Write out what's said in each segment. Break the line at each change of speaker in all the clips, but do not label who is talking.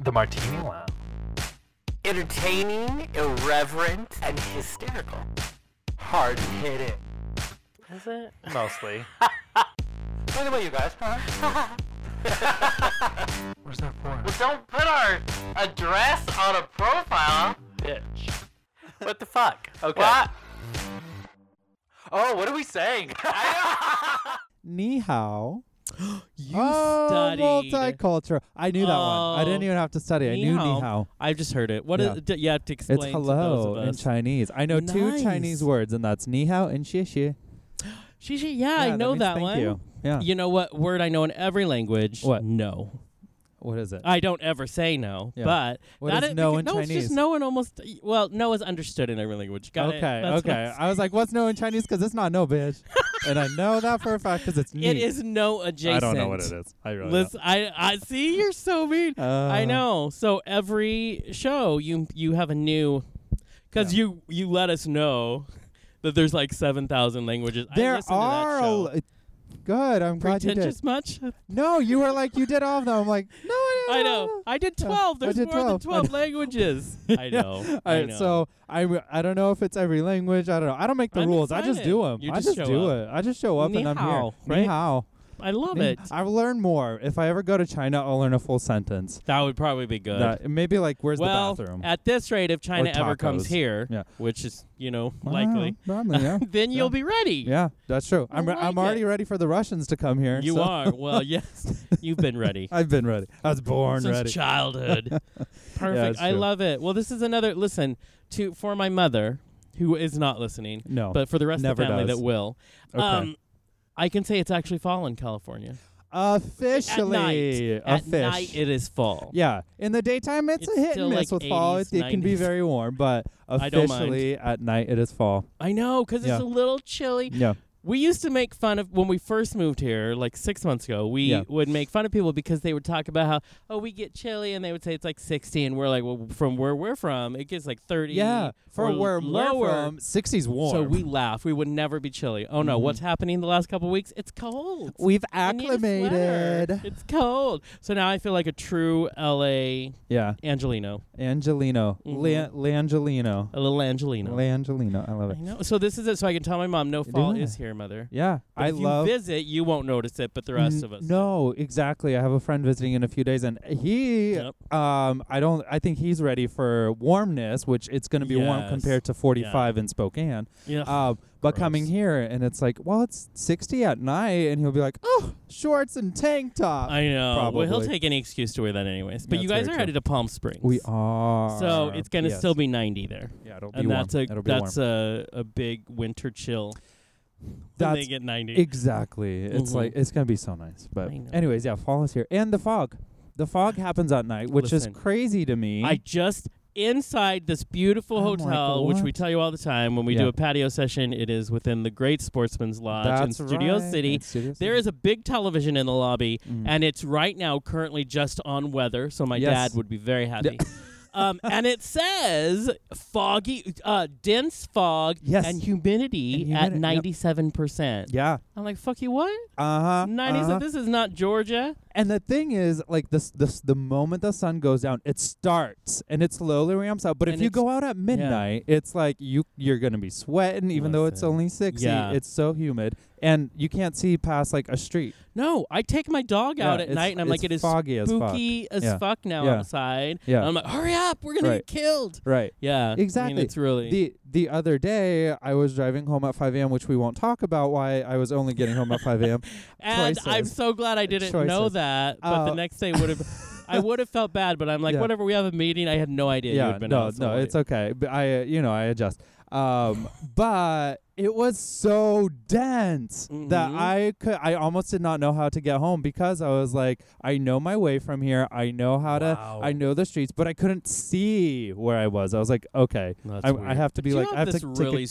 The Martini Lounge.
Entertaining, irreverent, and hysterical. Hard hitting.
Is it? Mostly.
What about you guys, huh?
Where's that for?
well, don't put our address on a profile.
Bitch.
What the fuck?
Okay.
What? Oh, what are we saying? I
Ni hao.
You
Oh,
studied.
multicultural. I knew that one. I didn't
Oh.
even have to study. I knew ni
Ni hao.
hao.
I've just heard it. What is?
Yeah.
d- you have to explain.
It's
to those of
hello in
us.
Chinese. I know two
Nice.
Chinese words, and that's ni hao and xie xie.
She, she, yeah,
Yeah,
I know
means
that,
thank
one.
You. Yeah.
You know what word I know in every language?
What?
No.
What is it?
I don't ever say no,
Yeah.
but
What
that
is no in
no, it's
Chinese?
just no in almost. Well, no is understood in every language. Got
okay,
it. That's what
okay.
I'm
I was like, "What's no in Chinese?" Because it's not no, bitch. and I know that for a fact because it's
saying.
ni.
It is no adjacent.
I don't know what it is. I really.
Listen, I, I see you're so mean.
don't.
I
Uh,
know. So every show, you you have a new, because
Yeah.
you you let us know that there's like seven thousand languages. I
There
listened to that
are. a
show.
l- Good. I'm glad you did.
pretentious much.
No, you were like, you did all of them. I'm like, no, I,
I know. I did
Yeah,
twelve.
I
There's
did
more
12.
than twelve languages. I know.
All
I
right,
know.
so I, w- I don't know if it's every language. I don't know. I don't make the
I'm
rules. I just do them.
excited. You
I
just
just,
show
do
up.
it. I just show up
Ni
and I'm
hao,
here. Ni
right?
hao.
I love
Ni-
it.
I've learned more. If I ever go to China, I'll learn a full sentence.
That would probably be good.
That- maybe like, where's
well, eh,
the bathroom?
at this rate, if China ever comes
tacos.
here,
Yeah.
which is you know
Wow,
likely,
probably, yeah.
then
Yeah.
you'll be ready.
yeah, that's true. I'm,
I
re- I'm
like
already
it.
ready for the Russians to come here.
You
so-
are. Well, yes, you've been ready.
I've been ready. I was born
since
ready.
childhood. Perfect.
it's
I
true.
love it. Well, this is another listen to for my mother who is not listening,
no.
but for the rest of
never
the family
does.
that will.
Okay.
Um I can say it's actually fall in California.
officially.
At night, at
offic-
night it is fall.
Yeah, in the daytime it's,
It's
a hit
still
and miss
like
with fall. It,
80s,
it can be
90s.
very warm, but
I don't mind.
officially at night it is fall.
I know cuz it's
Yeah.
a little chilly.
Yeah,
We used to make fun of when we first moved here, like six months ago. We
Yeah.
would make fun of people because they would talk about how, oh, we get chilly, and they would say it's like sixty, and we're like, well, from where we're from, it gets like thirty.
yeah. For
or
where
lower.
we're from, 60s warm. Mm-hmm.
So we laugh. We would never be chilly. Oh no, what's happening the last couple weeks? It's cold.
we've
I need a sweater.
acclimated.
It's cold. So now I feel like a true LA
Yeah,
Angelino,
Angelino,
Mhm.
Lan- Langelino,
a little Angelino.
Langelino. I love
I
it.
know. So this is it. So I can tell my mom no
do
fall
that.
is here, mother.
Yeah,
But
I
if
love.
you visit, you won't notice it, but the rest
N-
of us.
No, exactly. I have a friend visiting in a few days, and he,
Yep.
um, I don't. I think he's ready for warmness, which it's going to be warm
Yes.
compared to 45 in Spokane.
do. Yeah.
Um, but
Gross.
coming here and it's like, well, it's 60 at night, and he'll be like, oh, shorts and tank top.
I know. Well, he'll
probably.
take any excuse to wear that anyways. But you
That's
guys are
very true.
headed to Palm Springs.
we are.
So it's gonna
Yes.
still be ninety there,
Yeah, it'll be
and
warm.
that's a
It'll be
that's
warm.
a a big winter chill. when they
That's
get ninety.
exactly. It's
Mhm.
like it's gonna be so nice. But
I know.
anyways, yeah, fall is here, and the fog. The fog happens at night, which
Listen.
is crazy to me.
I just inside this beautiful
I'm like,
hotel, which we
what?
tell you all the time when we do
Yeah.
a patio session. It is within the Great Sportsman's Lodge
that's
in Studio
right.
City.
In Studio
There
City.
is a big television in the lobby,
Mm.
and it's right now currently just on weather. So my
Yes.
dad would be very happy. um, and it says foggy, uh, dense fog,
Yes.
and humidity
And
at
humidity, yep.
ninety seven percent.
yeah.
I'm like, fuck you, what?
Uh huh.
90s?
uh
This is not Georgia.
And the thing is, like this, this the moment the sun goes down, it starts and it slowly ramps up. But if
And
you
it's-
go out at midnight, it's like you you're gonna be sweating, even though it's
Listen.
only sixty.
Yeah.
It's so humid, and you can't see past like a street.
No, I take my dog
Yeah,
out at
it's-
night, and I'm
it's
like, it is
foggy as fuck.
spooky as
Yeah.
fuck now
Yeah.
outside.
Yeah.
And I'm like, hurry up, we're gonna
Right.
get killed.
Right.
Yeah. I mean,
Exactly.
it's really
The the other day I was driving home at 5 a.m., which we won't talk about why I was only getting home at 5 a.m.
and I'm
choices.
so glad I didn't know
Choices.
that. But the
Uh,
next day would have I would have felt bad, but I'm like,
Yeah.
whatever, we have a meeting. I had no idea you
yeah,
had been
no,
out so
no,
late.
it's okay. But I, uh, you know, I adjust. Um, but it was so dense that
Mhm.
I could, I almost did not know how to get home because I was like, I know my way from here. I know how
Wow.
to, I know the streets, but I couldn't see where I was. I was like, okay,
That's
I, I
weird.
have to be
you
like,
have
I have
this
to take a
really
cane.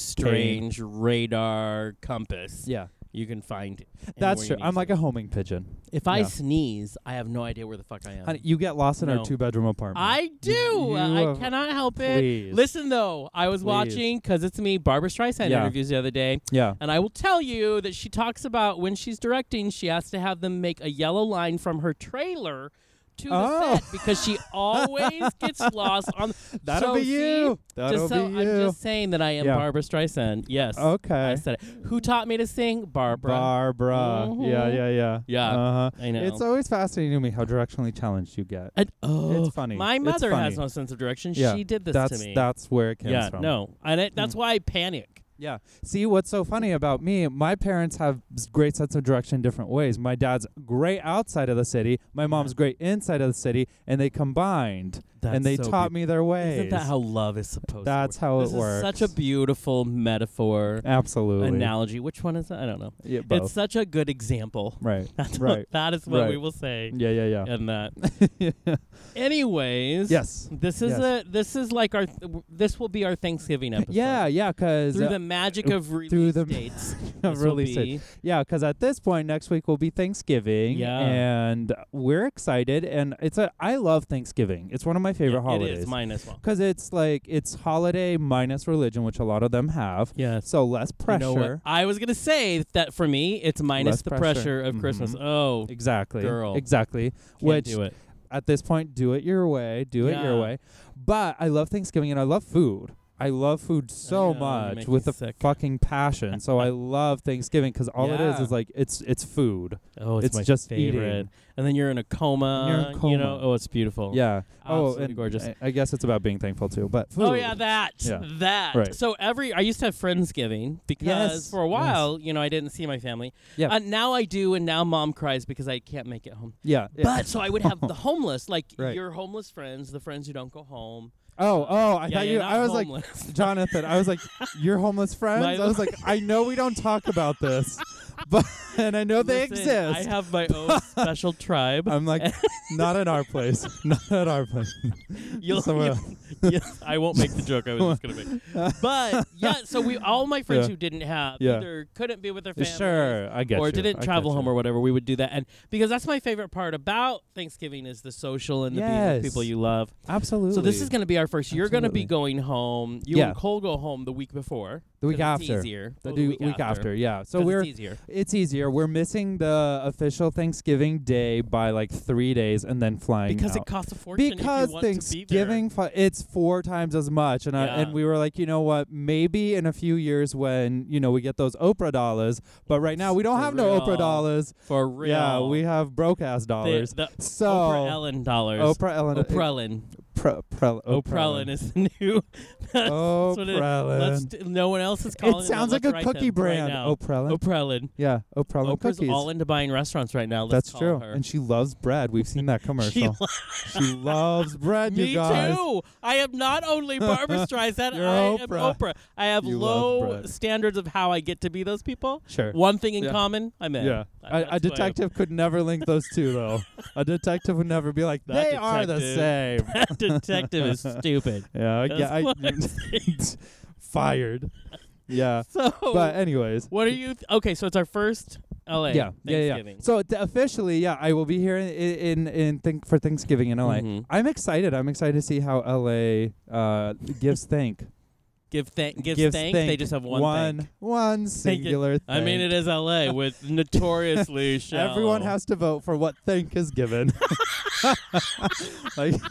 strange radar compass.
Yeah,
You can find it.
that's true.
anywhere you
I'm
need
like
to.
a homing pigeon.
If I
yeah.
sneeze, I have no idea where the fuck I am.
Honey, you get lost in
No.
our two bedroom apartment.
I do.
you
I
have-
cannot help it.
Please.
Listen though, I was
Please.
watching because it's me, Barbara Streisand
Yeah.
interviews the other day,
yeah.
and I will tell you that she talks about when she's directing, she has to have them make a yellow line from her trailer to
Oh.
the set because she always gets lost on.
That'll
so
be
see?
you. That'll
Just so
be
I'm
you.
just saying that I am
Yeah.
Barbara Streisand. Yes. I
okay.
said it. Who taught me to sing? Barbara.
Barbara. Yeah,
Mhm.
yeah, yeah.
Yeah,
Uh-huh.
I know.
It's always fascinating to me how directionally challenged you get.
And- oh,
funny.
My
It's
mother
funny.
has no sense of direction.
Yeah,
she did this
that's
to me.
that's where it comes
yeah,
from. Mm.
no, and it, that's why I panic.
Yeah. See, what's so funny about me, my parents have s- great sense of direction in different ways. My dad's great outside of the city, my mom's great inside of the city, and they combined. and they taught me their ways.
Isn't that how love is supposed?
That's
to
how
work?
it
This is
works.
Such a beautiful metaphor
Absolutely.
analogy. Which one is that? I don't know.
yeah, both.
It's such a good example.
right.
That's
Right.
What, that is what we
Right.
will say.
Yeah, yeah,
And that.
yeah.
Anyways.
yes.
This is
Yes.
a. This is like our. Th- this will be our Thanksgiving episode.
Yeah, yeah, uh, because
Through the magic of release
the-
dates.
of
this will
release dates.
be-
Yeah, because at this point next week will be Thanksgiving.
Yeah.
And we're excited and it's a I love Thanksgiving. It's one of my favorite
Yeah,
holidays.
It is mine as well.
Because it's like it's holiday minus religion, which a lot of them have.
Yes.
So less
You
pressure.
know what? I was gonna say that for me, it's minus
Less
the
pressure.
pressure, of
Mhm.
Christmas. Oh, can't
exactly.
Girl.
Exactly. which
do it.
at this point, do it your way. Do it your
Yeah.
way. But I love Thanksgiving and I love food. I love food so
know, you
much
make
with
me
a
sick.
fucking passion. So I love Thanksgiving because all it is
Yeah.
is like it's it's food.
Oh, it's,
it's
my
just eating.
favorite. And then you're in a coma.
You're in
You
coma.
know. Oh, it's beautiful.
Yeah. oh,
Absolutely
and
gorgeous.
I, I guess it's about being thankful too. But food.
Oh yeah, that
Yeah.
that.
Right.
So every I used to have Friendsgiving because
Yes,
for a while, you know, I didn't see my family.
Yeah.
Uh, now I do, and now mom cries because I can't make it home.
yeah. yeah.
But so I would have the homeless, like
Right.
your homeless friends, the friends who don't go home.
oh oh, I
Yeah,
thought
you're
you.
not
I was
homeless.
like Jonathan. I was like your homeless friends.
My-
I was like I know we don't talk about this, but and I know "Oh, they
Listen,
exist.
I have my own special tribe.
I'm like not at our place. Not at our place.
You'll,
Somewhere
you'll- yes, I won't make the joke I was just gonna make. But yeah, so we all my friends
Yeah.
who didn't have
Yeah.
either couldn't be with their family
Sure, I get
or
you.
didn't
I
travel
get
home
you.
or whatever, we would do that. And because that's my favorite part about Thanksgiving is the social and the being
Yes.
with people you love.
Absolutely.
So this is gonna be our first. You're gonna
Absolutely.
be going home. You
Yeah.
and Cole go home the week before.
The week
'cause it's
after.
easier.
the
Well,
do- week, after. Yeah. So
'cause
we're
it's easier.
it's easier. We're missing the official Thanksgiving day by like three days, and then flying
Because it
out.
costs a fortune. if you
because
want to be there.
Thanksgiving fly- it's four times as much, and I,
Yeah.
and we were like, you know what? Maybe in a few years when you know we get those Oprah dollars, but right now we don't
For
have no Oprah
real.
dollars.
for real.
Yeah, we have broke ass dollars.
the, the
so
Oprah Ellen dollars.
Oprah Ellen.
Oprellin.
Pre- pre-
Oprellin is the new. that's what it-
Oprellin.
let's do- no one else is calling.
It sounds
let's
like a
write
cookie
them
brand.
Right now.
Oprellin.
Oprellin.
yeah, Oprellin
Oprah's
cookies.
all into buying restaurants right now. Let's
That's
call
true.
Her.
And she loves bread. We've seen that
She
commercial. she loves bread, you
Me
guys.
too. I am not only Barbara Streisand.
You're
I
Oprah.
am Oprah. I have
You love
low
bread.
standards of how I get to be those people.
Sure.
One thing in
Yeah.
common, I'm in.
Yeah.
That-
A, a
that's who I am.
detective could never link those two, though. a detective would never be like, they
That
are the same.
detective- That detective is stupid.
yeah. I-
That's
yeah I,
what I'm saying.
fired. Yeah.
So,
But, anyways.
what are you? Th- okay, so it's our first LA.
yeah, yeah, yeah.
Thanksgiving.
So th- officially, yeah, I will be here in in, in think for Thanksgiving in LA.
Mhm.
I'm excited. I'm excited to see how LA uh, gives thank.
Give thank gives,
gives
thanks. They
thank.
just have one,
one,
thank.
one
Thank it.
singular.
I mean, it
thank.
is L.A. with notoriously shallow.
Everyone has to vote for what thank is given. like,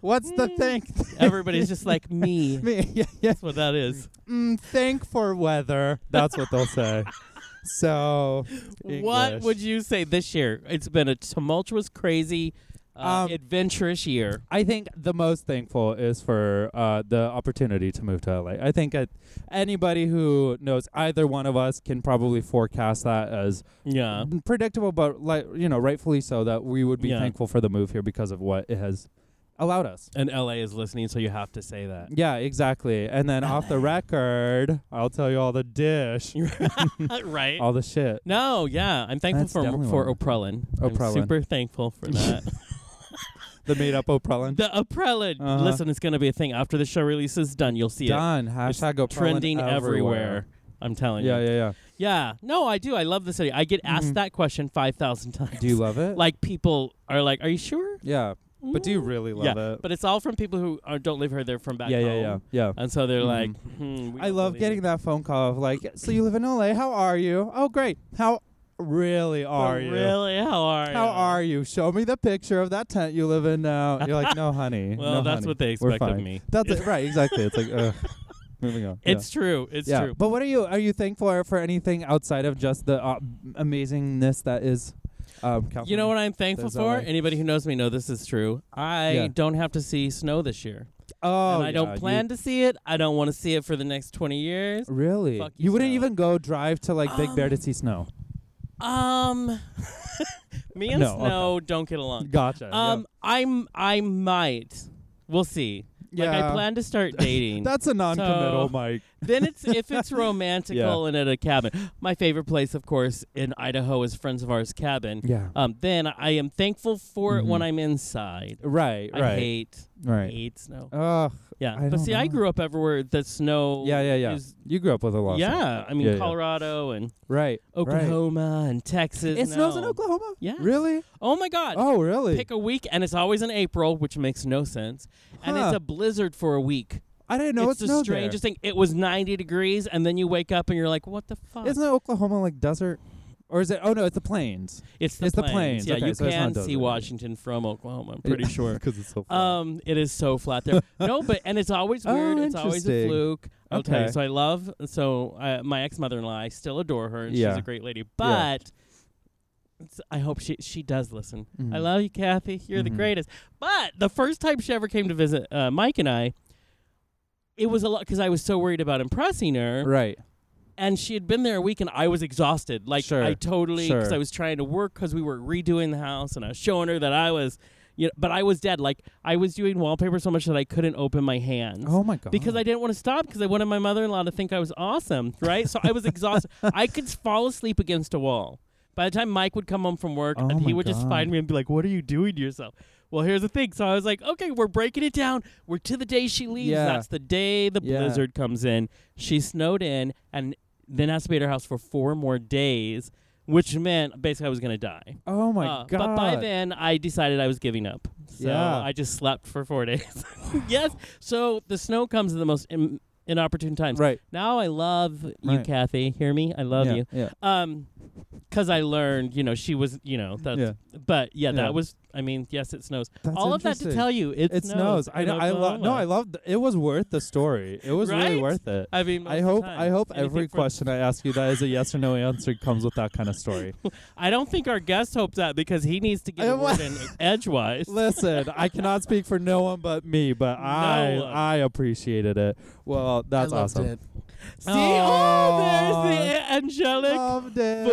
what's the
Mm.
thank?
Everybody's just like me.
Me, yeah, yeah.
That's what that is.
Mm, thank for weather. That's what they'll say. So,
What
English.
would you say this year? It's been a tumultuous, crazy, uh,
Um,
adventurous year.
I think the most thankful is for uh, the opportunity to move to LA. I think uh, anybody who knows either one of us can probably forecast that as
Yeah.
predictable, but like you know, rightfully so that we would be
Uh-huh. Yeah.
thankful for the move here because of what it has allowed us.
And L.A. is listening, so you have to say that.
Yeah, exactly. And then off the record, I'll tell you all the dish,
Uh, right.
all the shit.
No, yeah, I'm thankful
That's
for
definitely
for
one.
Oprellin.
Oprellin.
I'm super thankful for that.
The made up Oprellin.
the Oprellin.
Uh-huh.
Listen, it's gonna be a thing after the show releases. Done. You'll see it.
Done.
It's
Hashtag Oprellin
trending everywhere. I'm telling
Yeah,
you.
yeah, yeah.
Yeah. No, I do. I love the city. I get asked
Mhm.
that question 5,000 times.
Do you love it?
like people are like, "Are you sure?"
yeah. But do you really love
yeah.
it?
But it's all from people who are, don't live here. They're from back
yeah,
home.
yeah, yeah, yeah.
And so they're
Mhm.
like, hmm, we
I
don't
love
believe
getting
it.
that phone call of like, so you live in LA? How are you? Oh, great. How really are you?
Really? How are you?
How are you? Show me the picture of that tent you live in now. You're like, no, honey.
Well,
no,
that's
honey.
what they
We're
expect of
fine."
me.
That's it. right. Exactly. It's like, ugh. moving on. Yeah.
It's true. It's
yeah.
true.
But what are you? Are you thankful for anything outside of just the uh, amazingness that is? Um, California?
You know what I'm thankful
There's
for?
LA.
Anybody who knows me know this is true. I
Yeah.
don't have to see snow this year.
Oh,
and I
yeah,
don't
you-
plan to see it. I don't want to see it for the next 20 years.
Really?
Fuck
you wouldn't
yourself.
even go drive to like Big Bear to
Um,
see snow.
Um Me and
No, okay.
snow don't get along.
Gotcha.
Um I'm I might. We'll see. Like I
Yeah.
plan to start dating.
That's a non-committal,
so-
Mike.
then it's if it's romantical and at a cabin. My favorite place, of course, in Idaho is Friends of Ours Cabin.
Yeah.
Um, then I am thankful for it when
Mhm.
I'm inside.
right.
I
Right.
hate
right.
hate snow.
Ugh.
Yeah,
I
but
don't
see, I
know.
grew up everywhere that snow.
Yeah. Yeah. Yeah.
Is,
you grew up with a lot. of snow.
yeah, I mean
Yeah, yeah.
Colorado and
Right. Right.
Oklahoma and Texas.
It snows in
no.
Oklahoma.
Yes.
Really?
Oh my God!
Oh, really?
Pick a week, and it's always in April, which makes no sense. And
Huh.
it's a blizzard for a week.
I didn't know
it's
it
the
snowed there.
strangest thing. It was 90 degrees, and then you wake up and you're like, "What the fuck?"
Isn't Oklahoma like desert? Or is it? Oh no, it's the plains.
It's the
It's the
plains.
plains.
Yeah,
Okay,
you
so it's not
can
desert.
see Washington from Oklahoma. I'm pretty sure.
because it's so. far.
Um, it is so flat there. no, but and it's always
Oh,
weird. it's always a
interesting.
fluke. I'll tell you.
Okay.
So I love. So uh, my ex mother in law, I still adore her, and
Yeah.
she's a great lady. But it's- I hope she she does listen.
Mm-hmm.
I love you, Kathy. You're
Mhm.
the greatest. But the first time she ever came to visit uh, Mike and I, it was a lot because I was so worried about impressing her
Right.
and she had been there a week and I was exhausted. Like
Sure,
I totally
sure.
because I was trying to work because we were redoing the house and I was showing her that I was, you know, but I was dead. Like I was doing wallpaper so much that I couldn't open my hands.
Oh my god.
Because I didn't want to stop because I wanted my mother in law to think I was awesome, right? So I was exhausted. I could s- fall asleep against a wall. By the time Mike would come home from work,
Oh
and
my
he would just
God.
find me and be like, What are you doing to yourself? Well, here's the thing. So I was like, Okay, we're breaking it down. We're to the day she leaves.
Yeah.
That's the day the
Yeah.
blizzard comes in. She snowed in and then has to be at her house for four more days, which meant basically I was going to die.
Oh my
Uh,
god.
But by then, I decided I was giving up. So
Yeah.
I just slept for four days. yes. So the snow comes at the most Im- inopportune times.
Right.
Now I love you,
Right.
Kathy. Hear me? I love
yeah,
you.
Yeah.
Um, because I learned, you know, she was, you know, that's.
Yeah.
But yeah,
Yeah.
that was. I mean, yes, it snows.
That's
All of that to
interesting.
tell you, it,
It snows. I
in
know. I love. No,
Oklahoma.
I love. It was worth the story. It was really
Right?
worth it.
I mean, most
I
of the
hope.
time.
I hope
Anything
every
from-
question I ask you that is a yes or no answer comes with that kind of story.
I don't think our guest hopes that because he needs to get
I
a
wa-
word in edgewise.
Listen, I cannot speak for no one but me, but I
No one.
I appreciated it. Well, that's
I loved
awesome.
it.
See, oh,
Aw.
there's the angelic
Loved it.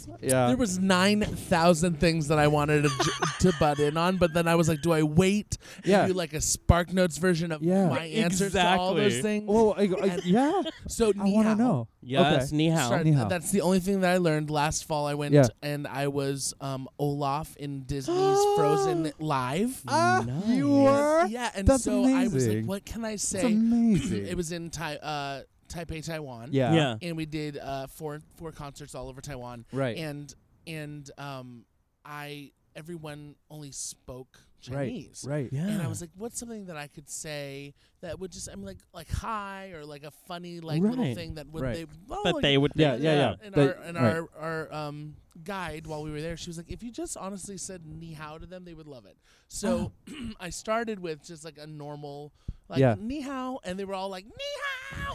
voice.
Yeah.
There was nine thousand things that I wanted to, j- to butt in on, but then I was like, "Do I wait? and
Yeah.
do like a Spark Notes version of
Yeah.
my answers to all
Exactly.
those things."
well, I, I,
And-
yeah.
so
I want to know.
Yes,
Okay.
ni hao.
Sorry,
Ni hao.
that's the only thing that I learned last fall. I went
Yeah.
and I was um, Olaf in Disney's Frozen live.
Ah, you
Nice.
were.
Yeah, and
That's
so I was like,
amazing.
"What can I
It's
say?"
amazing.
it was in tai- uh, Taipei, Taiwan.
Yeah.
Yeah.
and we did uh, four four concerts all over Taiwan.
Right.
and and um, I everyone only spoke
right.
Chinese.
Right.
Yeah.
And I was like, what's something that I could say that would just I'm like like hi or like a funny like little
Right.
thing that would
Right.
they oh,
but
you-
they would.
Yeah, yeah, yeah.
And,
They-
our, and
right.
our our um guide while we were there, she was like, if you just honestly said ni hao to them, they would love it. So I started with just like a normal like
Oh. Yeah.
ni hao, and they were all like ni hao.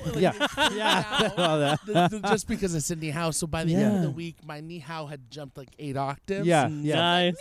and, like,
Yeah.
they freaked
Yeah.
out.
All that.
Th- th- just because it's in ni hao, so by the end of
Yeah.
the week, my ni hao had jumped like eight octaves.
Yeah. Yeah.
Nice.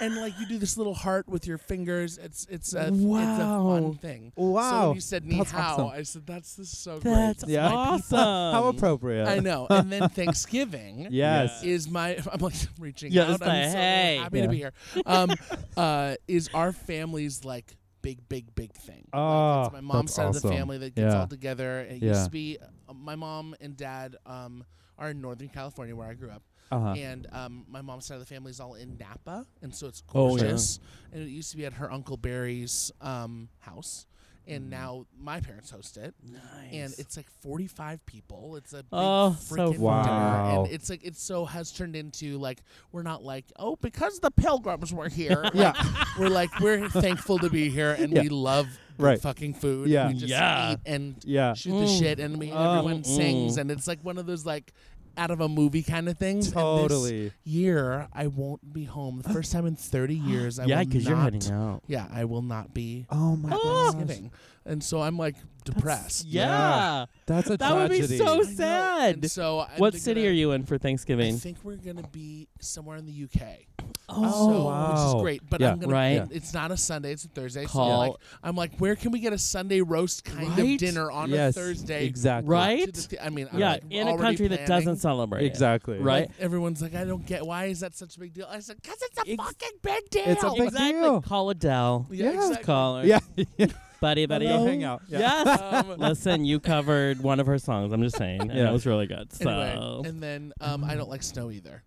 and like you do this little heart with your fingers. It's it's a it's a
Wow.
fun thing. So
Wow.
when you said ni
That's
hao,
awesome.
I said that's this is so
That's
great.
Yeah.
awesome.
How appropriate.
I know. And then Thanksgiving
Yes.
Yeah.
is my I'm like reaching
Yeah,
out.
it's
I'm
like,
so
hey.
happy
Yeah.
to be here. Um, uh, is our family's like big, big, big thing.
Ah,
like, it's my mom's
that's
side of the
awesome.
family that gets
Yeah.
all together. It
Yeah.
used to be uh, my mom and dad um, are in Northern California where I grew up.
Uh-huh.
and um, my mom's side of the family is all in Napa, and so it's
Oh, yeah.
gorgeous. And it used to be at her uncle Barry's um, house,
Mm.
and now my parents host it, and it's like forty-five people. It's a big
Oh,
freaking
so
dinner,
fun.
Wow.
and it's like it so has turned into like we're not like oh because the pilgrims were here. like,
Yeah.
we're like we're thankful to be here, and
Yeah.
we love good
Right.
fucking food.
Yeah.
we just
Yeah.
eat and
Yeah.
shoot the
Mm.
shit and we,
Oh.
everyone sings
Mm.
and it's like one of those like out of a movie kind of thing. And this
Totally.
year, I won't be home. The first time in 30 years, I
yeah,
will
because you're
not-
heading out.
Yeah, I will not be
Oh my gosh.
Thanksgiving. And so I'm like depressed.
Yeah,
That's a
that would
tragedy.
be so
I know. And
sad.
so I'm
What
gonna-
city are you in for
I
Thanksgiving?
think we're gonna be somewhere in the UK.
Oh,
so, which
wow.
is great. But
Yeah.
I'm gonna
Right.
it- it's not a Sunday, it's a Thursday. So
Call-
like, I'm like, where can we get a Sunday roast kind
Right?
of dinner on
yes,
a Thursday?
Exactly.
Right?
To the th- I mean, I'm
yeah,
like,
in a
already
country that doesn't
planning.
celebrate. it.
Exactly.
Right.
Like, everyone's like, I don't get why is that such a big deal. I said, cause it's a
Ex-
fucking big deal.
It's a big
Exactly.
deal.
Call Adele.
Oh, yeah,
Yeah.
exactly.
Call her.
Yeah.
Buddy, buddy.
Hello? Hang out. Yeah.
Yes.
Um,
Listen, you covered one of her songs. I'm just saying. And
Yeah.
it was really good. So
Anyway, and then um, I don't like snow either.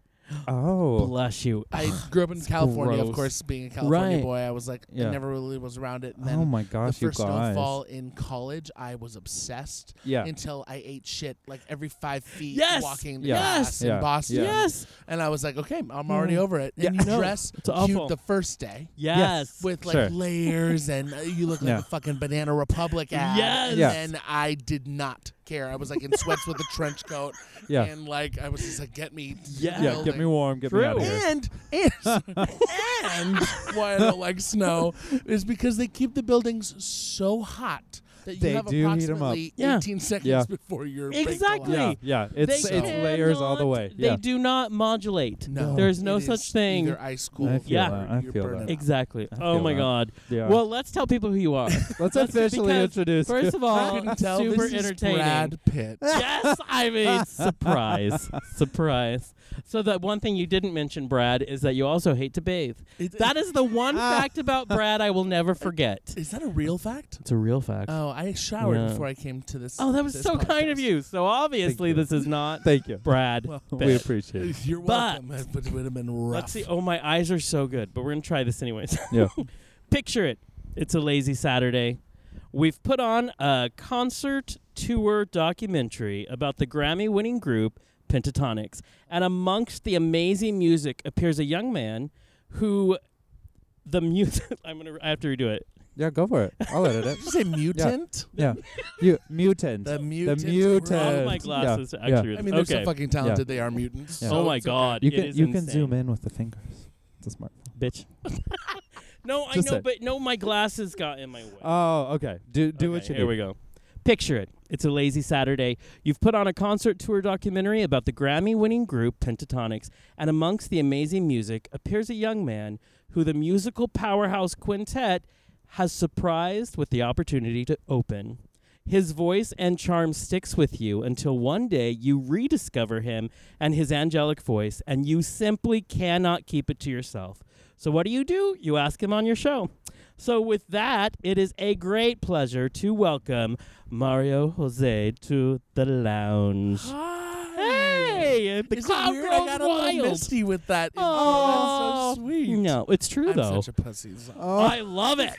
Oh.
bless you.
I grew up in California,
gross.
of course. Being a California
Right.
boy, I was like,
Yeah.
I never really was around it. And then
Oh my
the
gosh, you
first
guys.
snowfall in college, I was obsessed
Yeah.
until I ate shit like every five feet
Yes!
walking to
Yeah.
class
Yeah.
in Boston.
Yeah. Mm.
Yes.
And I was like, okay, I'm already over it.
Yeah.
And you
No,
dress
it's
cute
awful.
the first day
Yes.
with like
Sure.
layers and uh, you look like
Yeah.
a fucking Banana Republic ad.
Yes.
And
Yes.
then I did not care. I was like in sweats with a trench coat.
Yeah.
And like, I was just like, get me. to the
Yeah.
yeah. Get
building.
me warm. Get me out of
True.
here.
And and and why I don't like snow is because they keep the buildings so hot that you
They
have
do heat 'em up.
approximately
Yeah.
18 seconds
Yeah.
before you're
Exactly.
baked
Yeah.
Wait,
Yeah. It's
they
it's
cannot-
layers all the way.
They
Yeah.
do not modulate.
alive. No,
There's no
it is
such thing.
Either ice cool.
I feel
Yeah.
that. I
you're
feel
burning
that.
out.
Exactly. Oh
feel
my
that.
God.
Yeah.
Well, let's tell people who you are.
let's
let's-
officially
because
introduce.
First of
I
all,
can tell
super
this
entertaining.
Is Brad Pitt.
yes, I mean surprise, surprise. So the one thing you didn't mention, Brad, is that you also hate to bathe.
It-
That is the one fact about Brad I will never forget.
Is that a real fact?
It's a real fact.
Oh, I showered
No.
before I came to this.
oh, that was
this
so kind of
podcast.
you. So obviously
you.
this is not
Thank you.
Brad.
Well,
We appreciate it.
You're
But-
welcome. But it would have been rough.
Let's see. Oh, my eyes are so good, but we're gonna try this anyways.
Yeah.
Picture it. It's a lazy Saturday. We've put on a concert tour documentary about the Grammy winning group Pentatonics. And amongst the amazing music appears a young man who the music I'm going to I have to redo it.
Yeah. Go for it. I'll edit it.
Did you say mutant?
Yeah. You mutant.
The mutant.
mutant.
All
Uh,
my
yeah,
glasses are
yeah.
actually
I mean, they're
okay.
so fucking talented. They are mutants.
Yeah.
so
oh my
it's okay.
god.
you
it
can
is
you can
insane.
zoom in with the fingers. It's a smart.
bitch. no, I
Just
know,
say-
but no my glasses got in my way.
Oh, okay. Do do
Okay,
what you
Here
do.
we go. Picture it. It's a lazy Saturday. You've put on a concert tour documentary about the Grammy winning group Pentatonics, and amongst the amazing music appears a young man who the musical powerhouse quintet has surprised with the opportunity to open. His voice and charm sticks with you until one day you rediscover him and his angelic voice, and you simply cannot keep it to yourself. So, what do you do? You ask him on your show. So, with that, it is a great pleasure to welcome Mario Jose to the lounge. Hey, the
Is it
crowd
weird?
grows
I got a
wild.
little misty with that. intro.
Oh,
that's so sweet.
No, it's true
I'm
though.
such a pussy.
Oh,
I love it.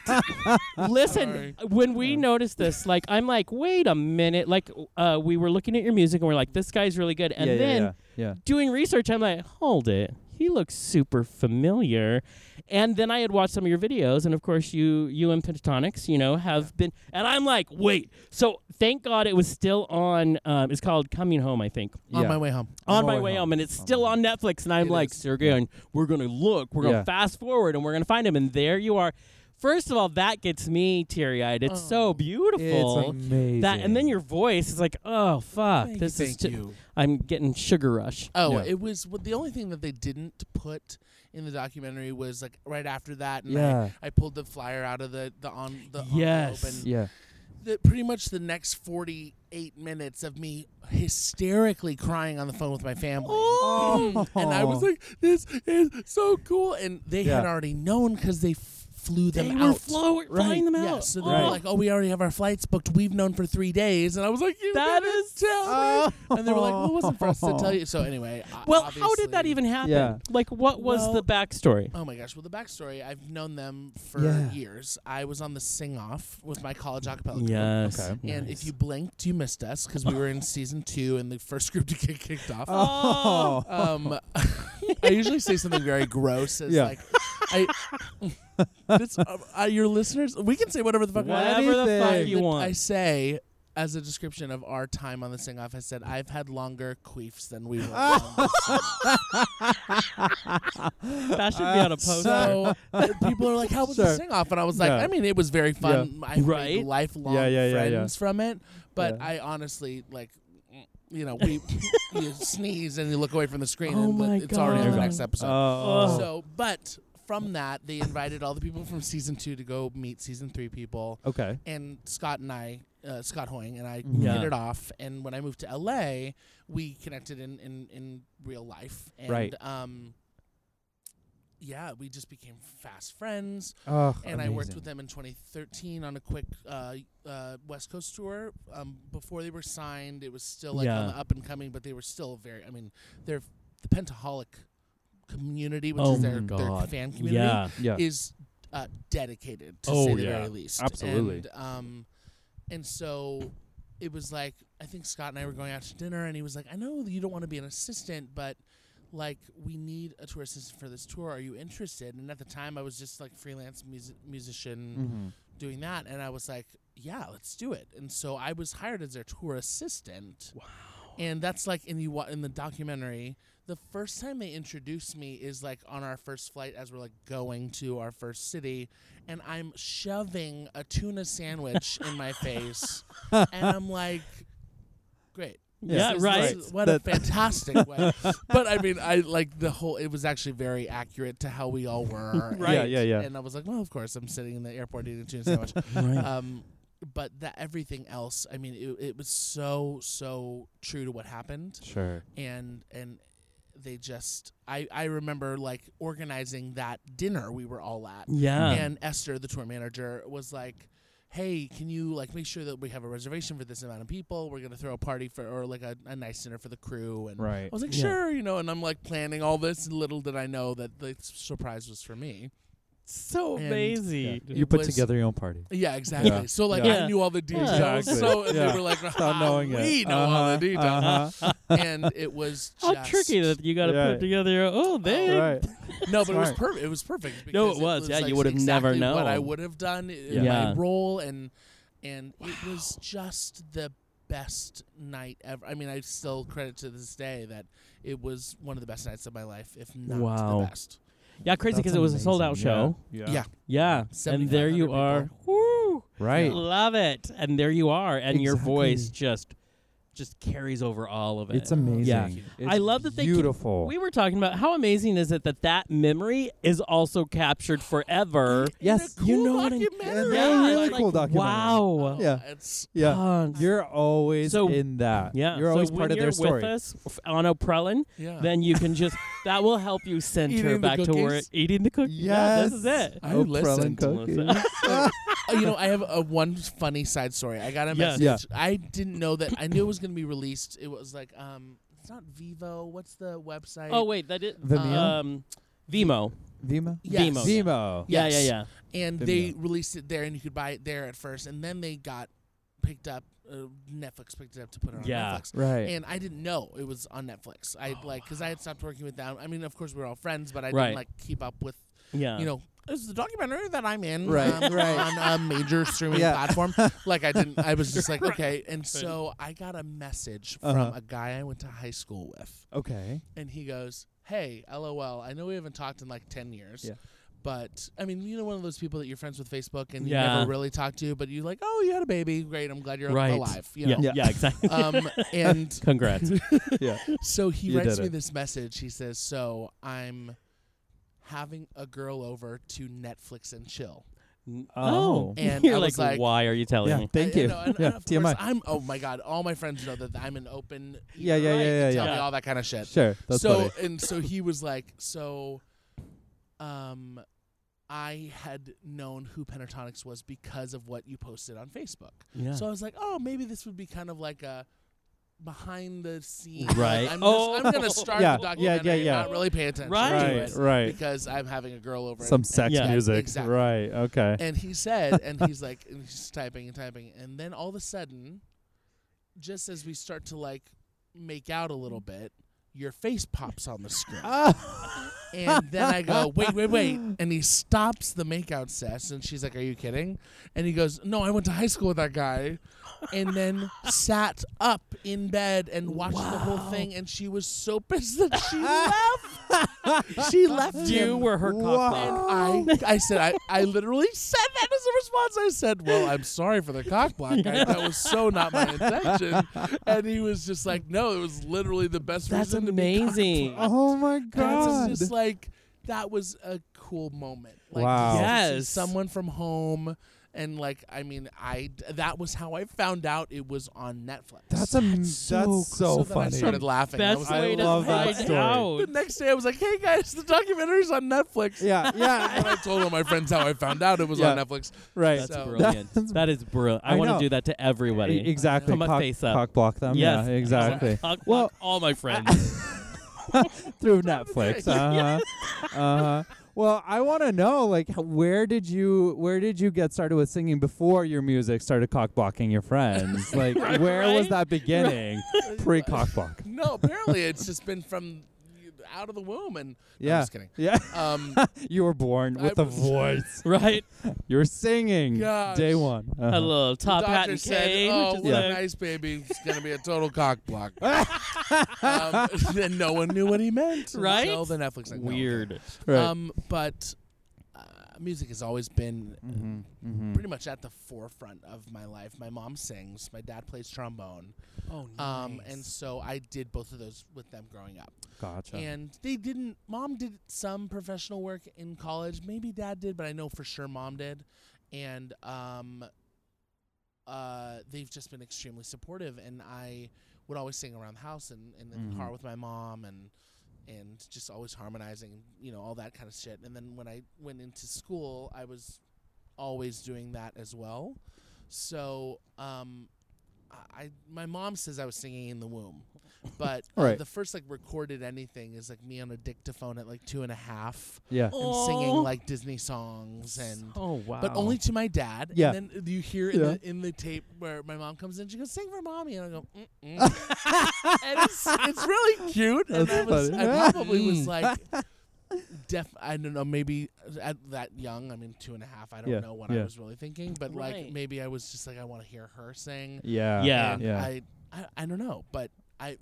Listen, when we noticed this, like I'm like, wait a minute. Like uh, we were looking at your music and we're like, this guy's really good. And
yeah,
then
yeah, yeah,
doing research, I'm like, hold it. He looks super familiar. And then I had watched some of your videos, and of course you you and Pentatonics, you know, have been and I'm like, wait. So thank God it was still on um, it's called Coming Home, I think.
yeah.
On my way home.
On, my way home. and it's still on Netflix. And I'm
It
like,
is.
Sergey, and we're gonna look, we're gonna
Yeah.
fast forward, and we're gonna find him. And there you are. First of all, that gets me teary eyed. It's so
It's
beautiful.
amazing.
that and then your voice is like, oh fuck,
Thank
this
you.
is
Thank
ju-
you.
I'm getting sugar rush.
Oh,
Yeah.
it was well, the only thing that they didn't put in the documentary was like right after that. And
Yeah.
I, I pulled the flyer out of the the on the
Yes.
envelope and
yeah,
the, pretty much the next forty eight minutes of me hysterically crying on the phone with my family.
Oh.
And I was like, "This is so cool!" And they had
Yeah.
already known because they f- flew them
they
out.
were flow- flying them out.
Yeah, so they
oh,
were like, "Oh, we already have our flights booked. We've known for three days," and I was like, "You
That
didn't
is-
tell me." And they were like, "Well, it wasn't for us to tell you." So anyway, I-
well, how did that
obviously-
even happen?
Yeah.
Like, what was
Well-
the backstory?
Oh my gosh! Well, the backstory: I've known them for
Yeah.
years. I was on the sing off with my college acapella group.
Yes.
Okay.
And if you blinked, you missed us because we were in season two and the first group to get kicked off.
Oh.
Um, I usually say something very gross. As
Yeah.
like, I, this, uh, uh, your listeners, we can say whatever the fuck we want.
Whatever the fuck
Anything.
you
I
want.
say. as a description of our time on the sing off, I said, I've had longer queefs than we were. on the sing-off."
That should be on a poster.
so people are like, How was the
Sure.
sing off? And I was like,
Yeah.
I mean, it was very fun. I made
Right?
lifelong
Yeah, yeah, yeah, yeah.
friends from it. But
Yeah.
I honestly, like, you know, we you sneeze and you look away from the screen,
Oh
and the-
my
it's already on
God.
the next episode.
Oh.
So, but from that, they invited all the people from season two to go meet season three people.
okay.
And Scott and I, uh, Scott Hoying, and I
Mm-hmm.
Yeah.
hit it off. And when I moved to LA, we connected in, in, in real life. And,
Right.
Um, yeah, we just became fast friends.
Oh,
And I worked with them in 2013 on a quick uh, uh, West Coast tour. Um, before they were signed, it was still like on
Yeah.
the up and coming, but they were still very. I mean, they're the Pentaholic community, which
Oh
is their,
my
their
God.
fan community,
yeah.
Yeah.
is uh, dedicated to
Oh,
say the
yeah.
very least.
Absolutely.
And, um, and so it was like I think Scott and I were going out to dinner, and he was like, "I know that you don't want to be an assistant, but." Like we need a tour assistant for this tour. Are you interested? And at the time, I was just like freelance music musician,
Mhm.
doing that and I was like, yeah, let's do it. And so I was hired as their tour assistant. Wow. And that's like in the wa- in the documentary, the first time they introduce me is like on our first flight as we're like going to our first city and I'm shoving a tuna sandwich in my face and I'm like great.
Yeah,
This is-
right.
this is- What a fantastic way. But I mean, I like the whole. It was actually very accurate to how we all were.
Right. Yeah,
yeah, yeah.
And I was like, well, of course, I'm sitting in the airport eating a tuna sandwich. Um, but that everything else, I mean, it, it was so so true to what happened,
Sure.
and and they just, I I remember like organizing that dinner we were all at,
Yeah.
and Esther, the tour manager, was like, "Hey, can you like make sure that we have a reservation for this amount of people? We're gonna throw a party for or like a, a nice dinner for the crew." And
Right.
I was like,
Yeah.
"Sure," you know, and I'm like planning all this. And little did I know that the surprise was for me.
so
and-
amazing.
You put
was-
together your own party.
Yeah, exactly.
Yeah.
So like
Yeah.
I knew all the details.
Exactly.
So and
Yeah.
they were like,
Without knowing it.
"We know all the
Uh-huh,
details,"
uh-huh.
and it was
How
just,
tricky that you got to
Yeah.
put together your oh they
right.
No, but it was
Smart.
perfect. It was perfect. Because
No, it was. Yeah,
like
you would have never
exactly what I
known.
would have done.
Yeah.
in
Yeah.
My role and and it was just the best night ever. I mean, I still credit to this day that it was one of the best nights of my life, if not
Wow.
the best.
Yeah, crazy because it was a sold out show.
Yeah.
Yeah.
Yeah. And there you
7,500
are. Woo!
Right.
Love it. And there you are. And your
Exactly.
voice just just carries over all of it.
It's amazing.
Yeah.
It's
I love that they keep-
beautiful.
We were talking about how amazing is it that that memory is also captured forever.
yes,
cool
you know what? I-
documentary.
Yeah,
Yeah,
really
like,
cool documentary.
Wow.
Oh,
Yeah.
It's
Yeah.
Ah,
You're always
So-
in that.
yeah.
You're
so
always
when
part of
you're
their story.
With us f- on O'Prellin,
yeah.
then you can just that will help you
Eating
center
the
back to where
cookies?
it, eating the cookies. Yeah, this is
Yes.
it.
I
Oh,
listened.
Prellin cookies.
Oh, you know, I have a one funny side story. I got a
Yes.
message.
Yeah.
I didn't know that. I knew it was going to be released. It was like, um, it's not Vivo. What's the website?
Oh wait, that is
Vimeo?
um Vimo.
Vimo.
yes.
Vimeo.
Vimo.
Yeah, yeah,
Yes.
yeah.
And
Vimeo.
they released it there, and you could buy it there at first, and then they got picked up. Uh, Netflix picked it up to put it on
Yeah. Oh,
Netflix.
Right.
And I didn't know it was on Netflix. I like because I had stopped working with them. I mean, of course, we were all friends, but I
Right. Uh.
didn't like keep up with
Yeah.
you know, it's the documentary that I'm in
Right,
um,
right.
on a major streaming
Yeah.
platform. Like I didn't, I was just like, okay. And so I got a message
Uh-huh.
from a guy I went to high school with,
okay.
and he goes, "Hey, lol, I know we haven't talked in like ten years."
Yeah.
But I mean, you know, one of those people that you're friends with Facebook and you
Yeah.
never really talk to, but you're like, "Oh, you had a baby, great! I'm glad you're
right.
alive." You
yeah,
know?
yeah, exactly.
Um, and
Congrats.
Yeah.
so he
You
writes
did
me
it.
this message. He says, "So I'm having a girl over to Netflix and chill."
Oh.
And
you're
I
like,
was like-
why are you telling
yeah.
me?
Thank
I-
you.
no, and-
yeah.
and of course,
TMI.
I'm. Oh my god! All my friends know that I'm an open.
Yeah, yeah, yeah,
You
yeah,
can Tell
yeah.
me all that kind of shit.
Sure. That's
so
funny.
and so he was like, so, um, I had known who Pentatonics was because of what you posted on Facebook.
Yeah.
So I was like, oh, maybe this would be kind of like a behind the scenes.
Right.
Like, I'm,
Oh.
just, I'm gonna start
Yeah,
the
yeah,
documentary.
yeah,
and
yeah.
Not really pay attention. To
Right.
it
Right.
Because I'm having a girl over.
Some
and-
sex
Yeah.
music.
Exactly.
Right. Okay.
And he said, and he's like, and he's typing and typing, and then all of a sudden, just as we start to like make out a little bit, your face pops on the screen.
Ah.
And then I go, wait, wait, wait. And he stops the makeout sess. And she's like, are you kidding? And he goes, no, I went to high school with that guy. And then sat up in bed and watched the whole thing. And she was so pissed that she left. she left
You
him.
were her cockblock.
And
Oh.
I, I said, I, I literally said that as a response. I said, Well, I'm sorry for the cock block. I, that was so not my intention. And he was just like, No, it was literally the best
That's
reason to be cock
amazing.
blocked."
Oh my
That's
god.
just like, that was a cool moment. Like,
Wow.
just to see
Yes.
Someone from home. And like, I mean, I that was how I found out it was on Netflix.
that's a that's
so
so,
so then I
funny.
started laughing. I
Best
was
I
way
like,
to
love that
find
story.
out.
the next day I was like, "Hey guys, the documentary's on Netflix."
yeah, yeah,
and I told all my friends how I found out it was
Yeah.
on Netflix.
right.
That's
So-
brilliant.
That's-
that is brilliant. I,
I
want to
know.
do that to
E-
everybody.
exactly.
Come up
cock,
face up.
cock block them.
Yes.
Yeah, exactly.
I'll knock
Well-
all my friends.
Through Netflix. Uh-huh. uh-huh. Well, I want to know like h- where did you where did you get started with singing before your music started cock blocking your friends? Like where was
right?
that beginning pre cock block?
No, apparently it's just been from out of the womb and no,
Yeah.
I'm just kidding.
Yeah.
Um,
you were born
I
with a
was-
voice.
right?
You're singing day
Gosh.
one.
A
Uh-huh.
little top hat
doctor
and
said,
cane.
"Oh,
just
what
like-
a nice baby! It's gonna be a total cock block." um, then no one knew what he meant
Right?
until the Netflix. thing. No, okay.
Weird.
Right.
Um, but uh, music has always been
Mhm, mhm.
pretty much at the forefront of my life. My mom sings. My dad plays trombone.
Oh,
Um, and so I did both of those with them growing up.
Gotcha.
And they didn't. Mom did some professional work in college. Maybe dad did, but I know for sure mom did. And um, uh, they've just been extremely supportive. And I would always sing around the house and, and in the car with my mom and and just always harmonizing, you know, all that kind of shit. And then when I went into school, I was always doing that as well. So um, I I- my mom says I was singing in the womb, but uh,
Right.
the first like recorded anything is like me on a dictaphone at like two and a half
yeah.
and singing
Oh.
like Disney songs and.
Oh wow.
But only to my dad.
Yeah.
And then you hear in,
Yeah.
the, in the tape where my mom comes in, she goes, "Sing for mommy," and I go, Mm-mm. and it's, it's really cute. and I,
That's
was,
funny.
I probably
Mm.
was like, def. I don't know. Maybe at that young, I mean, two and a half. I don't
Yeah,
know what
yeah.
I was really thinking, but
Right.
like maybe I was just like, I want to hear her sing.
Yeah.
Yeah.
And
Yeah.
I, I, I don't know, but I,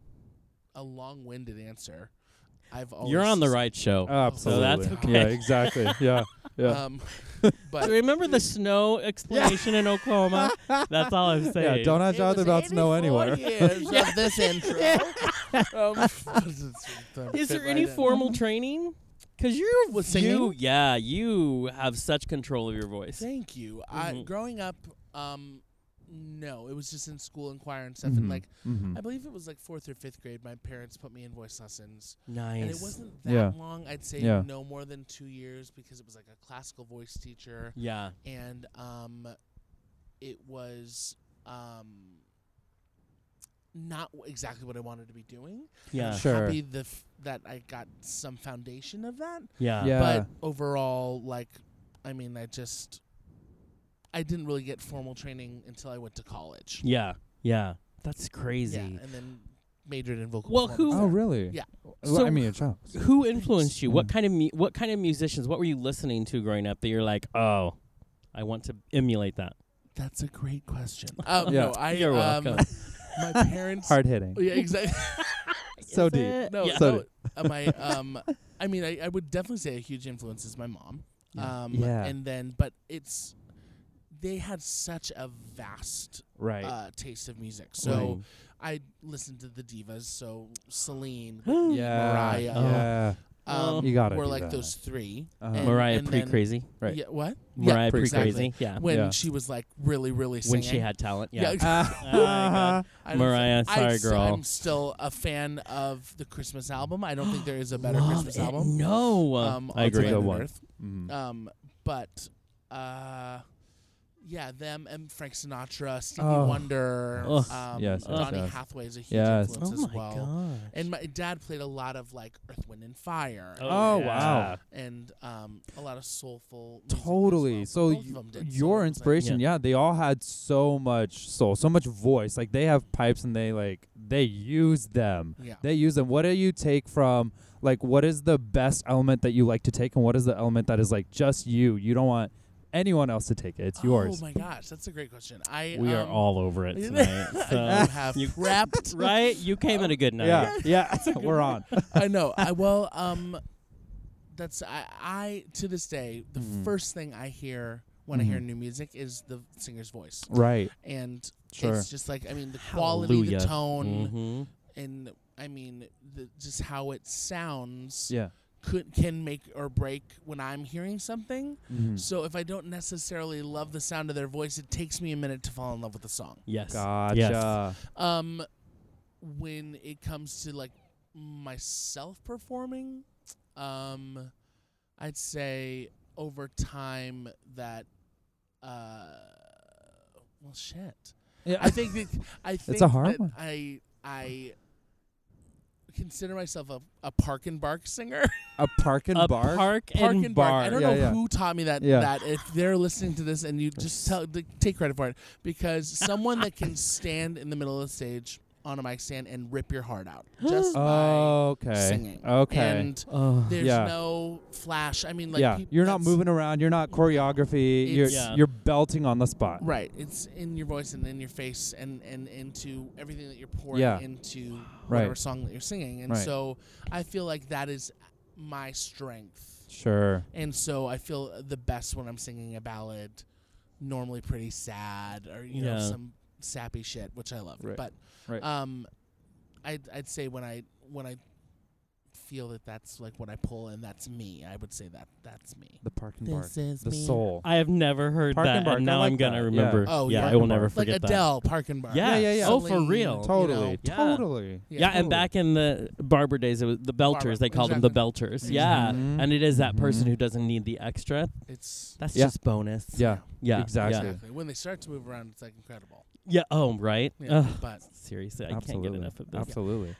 a long-winded answer. I've always
You're on the right show.
Oh, Absolutely.
that's okay.
Yeah, exactly. Yeah. Yeah.
Um,
Do
but
you remember the snow explanation in Oklahma? That's all I'm saying.
yeah, don't
It
have jobs
was
about snow
84
anywhere.
Years of this intro. Um,
Is there any
form?
formal training? Because you're
With
Mm-hmm. you,
singing?
yeah, you have such control of your voice.
Thank you. I
Mhm.
growing up, um, no, it was just in school and choir and stuff.
Mhm.
Mm-hmm.
And like,
Mhm.
I believe it was like fourth or fifth grade. My parents put me in voice lessons,
Nice.
and it wasn't that
Yeah.
long. I'd say
Yeah.
no more than two years because it was like a classical voice teacher,
yeah.
and um, it was um, not w- exactly what I wanted to be doing.
Yeah.
Sure.
Happy the f- that I got some foundation of that
Yeah.
Yeah.
Uh, but overall like i mean i just i didn't really get formal training until i went to college
Yeah. Yeah. That's
yeah
crazy.
and then majored in vocal
Well,
performance
who-
Oh,
art.
really?
Yeah.
Well,
So-
I mean, it jobs.
Who influenced you? What kind of mu- what kind of musicians? What were you listening to growing up that you're like, oh, I want to emulate that?
that's a great question um,
Yeah.
no i
You're
um,
welcome.
my parents Oh,
Hard hitting.
yeah exactly
so deep.
no,
Yeah.
So
no uh, my um i mean I, I would definitely say a huge influence is my mom
Yeah.
um
Yeah.
and then but it's they had such a vast
Right.
uh, taste of music so I listened to the divas, so Celine, Whitney,
yeah.
Mariah,
Yeah.
um,
You gotta
were
do
like
that.
those 3
Uh-huh.
Oh. And-
Mariah
and
pre
then-
crazy.
Right.
Yeah, what?
Mariah
yeah,
pre
exactly.
crazy. Yeah.
When
Yeah. Ah,
she was like really, really
When
singing.
she had talent. Yeah.
Yeah.
God.
I don't
Mariah,
think-
sorry,
I, s-
girl.
I'm still a fan of the Christmas album. I don't think there is a better
Love
Christmas
it.
album.
No.
Um,
I
All Together
agree.
Good
on
one.
Earth.
Mhm.
Um, but uh, yeah, them and Frank Sinatra, Stevie
Oh.
Wonder,
Ugh.
um,
Yes, yes,
Donny
yes.
Hathaway is a huge
Yes.
Oh
influence
my
as well.
god.
And my dad played a lot of like Earth, Wind, and Fire,
Oh, wow.
and um, a lot of soulful. music as
Totally.
well.
So
Both of
y-
them did, so it was,
your
like-
inspiration, yeah. they all had so much soul, so much voice. Like they have pipes and they like they use them.
Yeah.
They use them. What do you take from like what is the best element that you like to take and what is the element that is like just you you don't want anyone else to take it it's yours
Oh my gosh, that's a great question. I
We are
um,
all over it tonight.
I
So
have
You-
prepped.
right? You came at a good night.
yeah yeah we're on
I know. I well, um, that's I. I to this day, the
Mm-hmm.
first thing I hear when I hear new music is the singer's voice,
right
and
Sure.
it's just like I mean the quality,
Hallelujah. Mm-hmm.
the tone,
hmm
and I mean the, just how it sounds.
yeah
Could can make or break when I'm hearing something.
Mhm.
So if I don't necessarily love the sound of their voice, it takes me a minute to fall in love with the song.
Yes.
gotcha
Um, when it comes to like myself performing, um, I'd say over time that, uh, well, shit.
yeah
I think that I think
a hard
that
one.
I I consider myself a, a park and bark singer.
a park and
a
bar
park
park
and,
and, bark. I don't
yeah,
know
yeah.
who taught me that.
Yeah.
That if they're listening to this and you just tell, th- take credit for it because someone that can stand in the middle of the stage on a mic stand and rip your heart out just by
oh, okay
singing.
okay
And
Oh.
there's
Yeah.
no flash. I mean, like
yeah
peop-
you're not
that's-
moving around you're not choreography you're
It's-
Yeah.
you're belting on the spot
Right. It's in your voice and in your face and, and into everything that you're pouring
Yeah.
into
Right.
whatever song that you're singing. And
Right.
so I feel like that is my strength.
sure
And so I feel the best when I'm singing a ballad, normally pretty sad or you know
Yeah.
some sappy shit, which I love.
Right.
But
Right.
um, I'd I'd say when I when I feel that that's like what I pull and that's me, I would say that that's me.
the park and bark
is
the soul
I have never heard
Park
that,
and
and,
bark, I
now
like
I'm gonna
that. Yeah.
remember.
Oh,
yeah,
yeah.
I will never
Like
forget that.
Adele, Park and Bar.
Yeah,
yeah, yeah.
Oh,
Oh,
for real.
totally
Yeah.
totally
Yeah.
Yeah, and back in the barber days, it was the belters.
Barber, Mm-hmm.
They called them the belters. Yeah,
Mhm.
and it is that person
Mhm.
who doesn't need the extra.
It's
That's
Yeah.
just bonus.
yeah
yeah,
Exactly.
Yeah.
exactly when they start to move around, it's like incredible.
yeah. Oh, right.
Yeah,
Ugh,
but
seriously, I
absolutely
can't get enough of this.
absolutely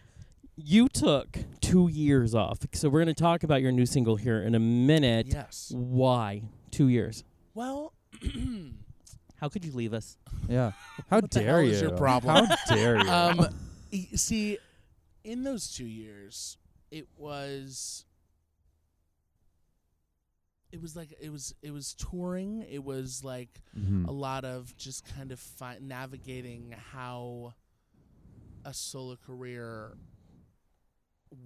You took two years off, so we're gonna talk about your new single here in a minute.
yes,
Why two years?
well,
How could you leave us?
Yeah. How
What the
dare
hell
you?
is your problem?
How dare you?
um, y- see, in those two years, it was, it was like it was it was touring. It was like
Mhm.
a lot of just kind of fi- navigating how a solo career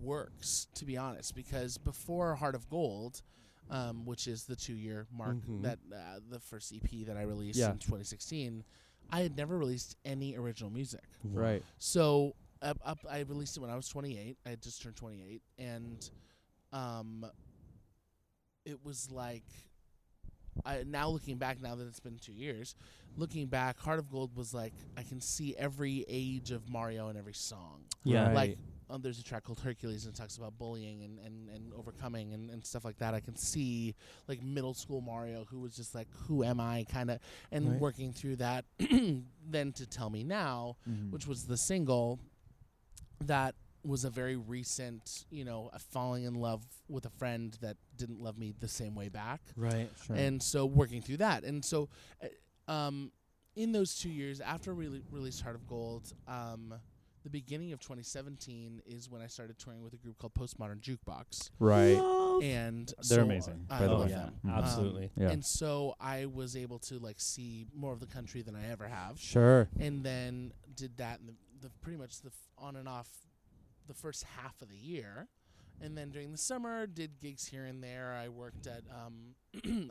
works. To be honest, because before Heart of Gold. Um, which is the two-year mark
Mhm.
that uh, the first EP that I released
Yeah.
in 2016, I had never released any original music.
Right.
So up, up, I released it when I was 28. I had just turned 28, and um, it was like, I now looking back, now that it's been two years, looking back, Heart of Gold was like I can see every age of Mario in every song.
Yeah.
Right.
Like um, there's a track called Hercules and it talks about bullying and, and, and overcoming and, and stuff like that. I can see like middle school Mario who was just like, Who am I? kinda and
Right.
working through that then to tell me now
Mhm.
which was the single that was a very recent, you know, a falling in love with a friend that didn't love me the same way back.
Right.
Sure.
And so working through that. And so uh, um, in those two years after we rele- released Heart of Gold, um, the beginning of 2017 is when I started touring with a group called Postmodern Jukebox.
right.
And they're
amazing,
I
by the
love
Oh
way.
yeah,
them.
Mm.
Um,
absolutely.
Yeah.
And so I was able to like see more of the country than I ever have
Sure.
and then did that in the, the pretty much the f- on and off the first half of the year and then during the summer did gigs here and there i worked at um,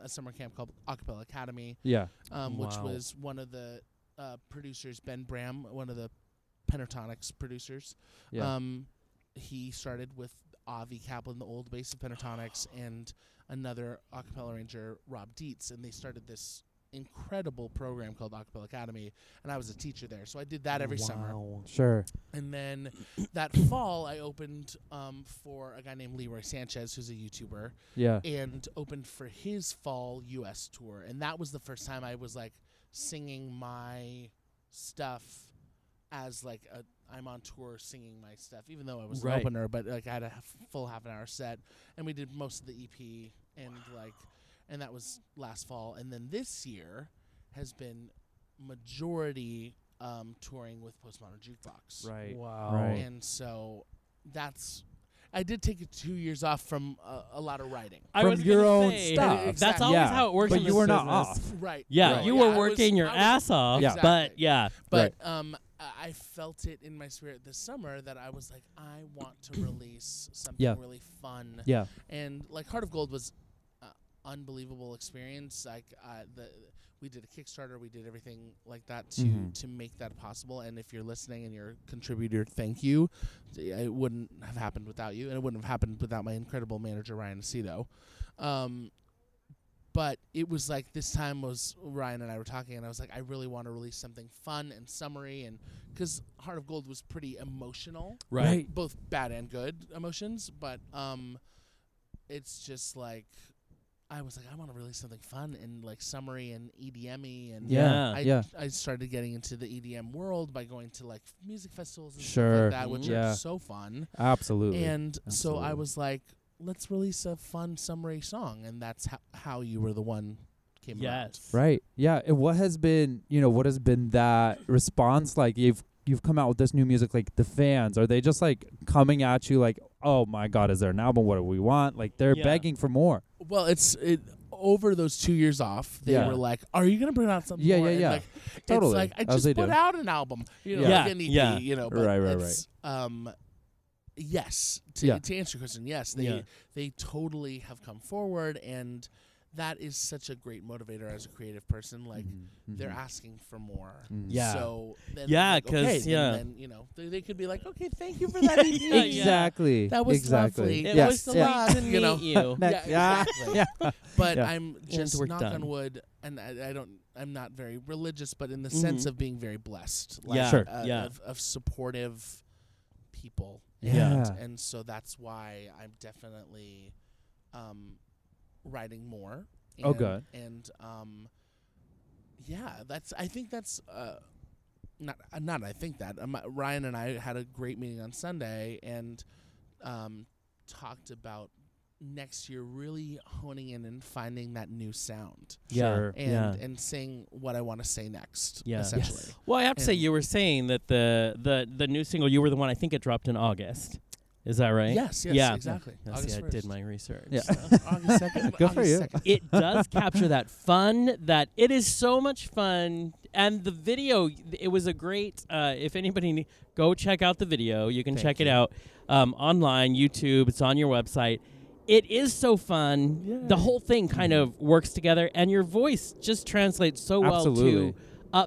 a summer camp called acapella academy
Yeah.
um, which
Wow.
was one of the uh, producers ben bram one of the pentatonics producers
Yeah.
um, he started with avi kaplan the old bass of pentatonics and another acapella arranger rob dietz and they started this incredible program called acapella academy and i was a teacher there so i did that every summer
Wow.
sure.
and then that fall, I opened um, for a guy named Leroy Sanchez, who's a YouTuber,
Yeah.
and opened for his fall U.S. tour. And that was the first time I was like singing my stuff as like a I'm on tour singing my stuff, even though I was
Right.
an opener, but like I had a half- full half an hour set, and we did most of the EP, and like, and that was last fall, and then this year has been majority um, touring with Postmodern Jukebox
Right.
Wow.
Right.
and so that's I did take two years off from uh, a lot of writing.
I
From
was
your
gonna
own
say,
stuff.
That's
Exactly.
always
yeah.
how it works.
But
in
you
this
were not
business.
off.
Right.
Yeah,
right.
you
I
were
was-
working your
I was-
ass off.
Exactly.
But yeah,
But um, I I felt it in my spirit this summer that I was like, I want to release something
Yeah.
really fun.
Yeah.
And like Heart of Gold was uh, unbelievable experience. Like uh, the we did a Kickstarter, we did everything like that to
Mhm.
to make that possible. And if you're listening and you're a contributor, thank you. It wouldn't have happened without you, and it wouldn't have happened without my incredible manager Ryan Aceto. Um, but it was like this time was Ryan and I were talking, and I was like, I really want to release something fun and summery, and because Heart of Gold was pretty emotional,
Right.
both bad and good emotions, but um, it's just like I was like, I want to release something fun and like summery and EDM-y and
Yeah.
Yeah.
I,
yeah.
I started getting into the EDM world by going to like music festivals and
Sure.
stuff like that, which
Yeah.
are so fun.
Absolutely.
And so I
Absolutely.
was like, let's release a fun summary song, and that's how how you were the one came around.
yes,
Right. Yeah. And what has been, you know, what has been that response like? You've you've come out with this new music. Like the fans, are they just like coming at you like, oh my god, is there an album? What do we want? Like they're
Yeah.
begging for more.
Well, it's it over those two years off. They
Yeah.
were like, "Are you gonna bring out something?"
Yeah,
more?
yeah,
And,
yeah.
Like,
Totally.
It's like I
As
just
they
put
do.
out an album. You know,
Yeah.
like an EP.
Yeah.
You know, but
Right, right,
it's, Um, yes. To,
Yeah.
to answer your question, yes, they
Yeah.
they totally have come forward, and that is such a great motivator as a creative person. Like
Mm-hmm.
they're asking for more.
Yeah.
So then
Yeah,
like,
'cause,
okay, then-
yeah.
then, you know they, they could be like, okay, thank you for that. E EP.
Yeah, yeah.
Exactly.
That was
exactly.
lovely.
It
yes.
was the
yeah.
last to meet
You know.
you.
Next.
Yeah,
Yeah.
exactly.
Yeah.
But
Yeah.
I'm
And
just
we're
knock
done.
on wood, and I, I don't. I'm not very religious, but in the sense
Mhm.
of being very blessed,
Yeah. Sure.
uh,
Yeah.
of, of supportive people.
Yeah.
and, and so that's why I'm definitely um, writing more. And,
Oh, good.
And um, yeah, that's. I think that's. Uh, not, uh, not. I think that um, Ryan and I had a great meeting on Sunday, and um, talked about next year really honing in and finding that new sound
Yeah.
Sure.
and
Yeah.
and saying what I want to say next.
Yeah. Yes.
essentially.
Well, I have to say,
And-
you were saying that the the the new single, you were the one. I think it dropped in August. Is that right?
Yes, yes,
Yeah.
exactly.
Yeah,
August
see, I did
1st.
my research.
Yeah.
so.
August second.
Good for you.
it does capture that fun. That it is so much fun, and the video. It was a great. Uh, if anybody ne- go check out the video, you can
Thank
check it
you.
out um, online, YouTube. It's on your website. It is so fun. The whole thing kind
Mm-hmm.
of works together, and your voice just translates so
Absolutely.
well to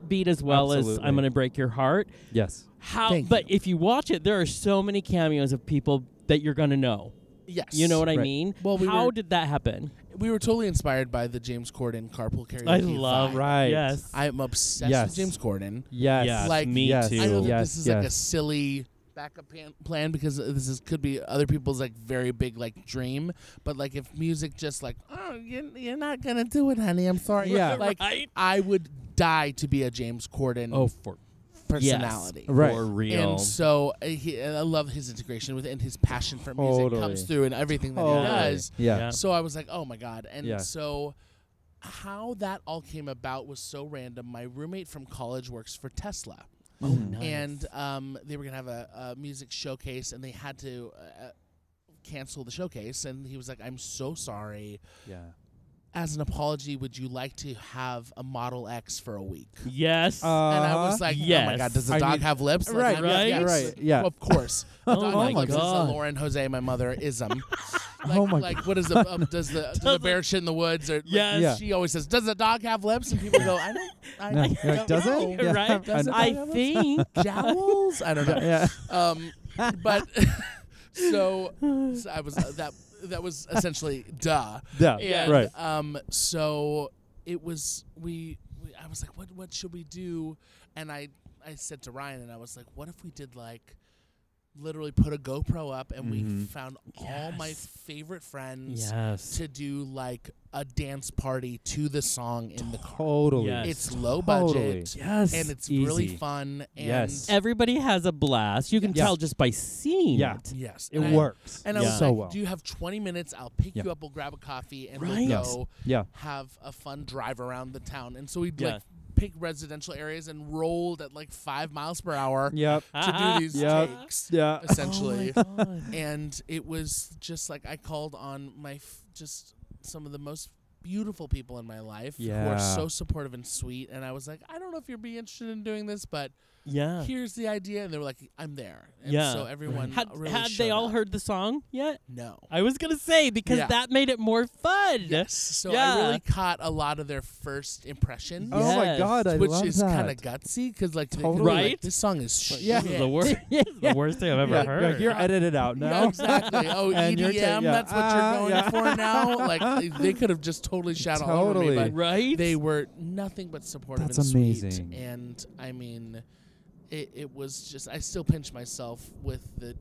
upbeat as well as
Absolutely.
"I'm Gonna Break Your Heart."
Yes.
How?
Thank
but
you.
if you watch it, there are so many cameos of people that you're gonna know.
Yes.
You know what I
Right.
mean?
Well, we
How
were-
did that happen?
we were totally inspired by the James Corden carpool karaoke.
I love
vibe.
Right.
Yes.
I'm obsessed
Yes.
with James Corden.
Yes.
Yeah,
Like,
me
yes,
too.
I know that
Yes,
this is like a
yes.
silly backup pan- plan because this is could be other people's like very big like dream. But like if music just like oh you're, you're not gonna do it, honey. I'm sorry.
Yeah.
Like
Right?
I would die to be a James Corden
for
personality.
Oh, Right.
For real.
And so uh, he, and I love his integration with and his passion for music
Totally.
comes through in everything that
Totally.
he does.
Yeah.
Yeah.
So I was like, oh my God. And
Yeah.
so how that all came about was so random. My roommate from college works for Tesla.
oh, nice.
And um, they were going to have a, a music showcase and they had to uh, cancel the showcase. And he was like, I'm so sorry.
Yeah.
As an apology, would you like to have a Model X for a week?
yes.
Uh,
and I was like, "Oh my
yes.
god, does the
Uh-huh. I
dog
need-
have lips?" Like,
Right,
I'm like,
right,
"Yes."
right, yeah.
Well, of course. The
Oh
dog
my
has lips is
God.
a Lauren Jose, my mother, ism. Like,
Oh my
like what is the um, does the does the
Doesn't-
bear shit in the woods or like,
Yes.
Yeah.
she always says does the dog have lips and people go I don't I
No,
don't
you're like, does
know.
it? Yeah.
Right?
Does it
I
have lips?
think.
jowls I don't know
Yeah.
um but so, so I was uh, that that was essentially duh
Yeah.
and,
Right.
Um, so it was we, we. I was like, what What should we do? And I I said to Ryan, and I was like, what if we did like literally put a GoPro up and we
Mhm.
found all my
Yes.
favorite friends
Yes.
to do like a dance party to the song in the car.
Totally.
Yes.
It's low
Totally.
budget.
Yes.
And it's
Easy.
really fun. And
Yes.
Everybody has a blast. You can
Yes.
tell just by seeing
Yeah.
it.
Yes.
It
and I-
works.
And I
Yeah.
was
so
like,
well.
"Do you have 20 minutes? I'll pick
Yeah.
you up. We'll grab a coffee and
Right.
we'll
Yes.
go
yeah.
have a fun drive around the town. And so we'd
Yeah.
like pick pick residential areas and rolled at like five miles per hour
Yep.
to do these
Yep.
takes,
Yeah.
essentially.
Ah. Oh my God.
and it was just like I called on my f- just some of the most beautiful people in my life who
Yeah.
are so supportive and sweet. And I was like, I don't know if you'd be interested in doing this, but
yeah.
here's the idea. And they were like, I'm there. And
Yeah.
so everyone
Had,
really
had they
showed
all
up.
heard the song yet?
No.
I was gonna say because
Yeah.
that made it more fun.
Yes. So
Yeah.
I really caught a lot of their first impressions.
Oh my
Yes.
God, I
which
love
is kind of
that.
gutsy because like, they could
Totally.
be like,
Right?
this song is shit.
yeah.
This is the worst. this is the worst thing I've ever
yeah,
heard.
Like, you're edited out now.
Yeah, exactly. Oh,
And you're
EDM,
ta- yeah.
that's what
Ah,
you're going
yeah.
for now. Like they, they could have just totally shot all over me,
Totally.
but
right?
they were nothing but supportive
That's
and sweet.
amazing.
And I mean, it, it was just I still pinch myself with the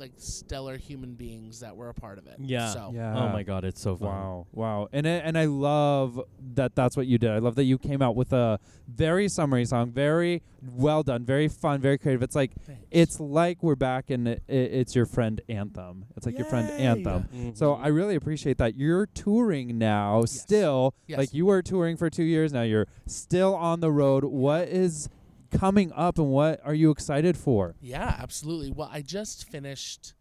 like stellar human beings that were a part of it.
Yeah.
So
Yeah.
oh my god, it's so fun.
Wow, wow, and I, and I love that that's what you did. I love that you came out with a very summary song, very well done, very fun, very creative. It's like
Thanks.
it's like we're back and it, it, it's your friend anthem. It's like your friend
Yay.
anthem. So I really appreciate that you're touring now.
Yes.
Still,
Yes.
like you were touring for two years now. You're still on the road. What is coming up, and what are you excited for?
Yeah, absolutely. Well, I just finished.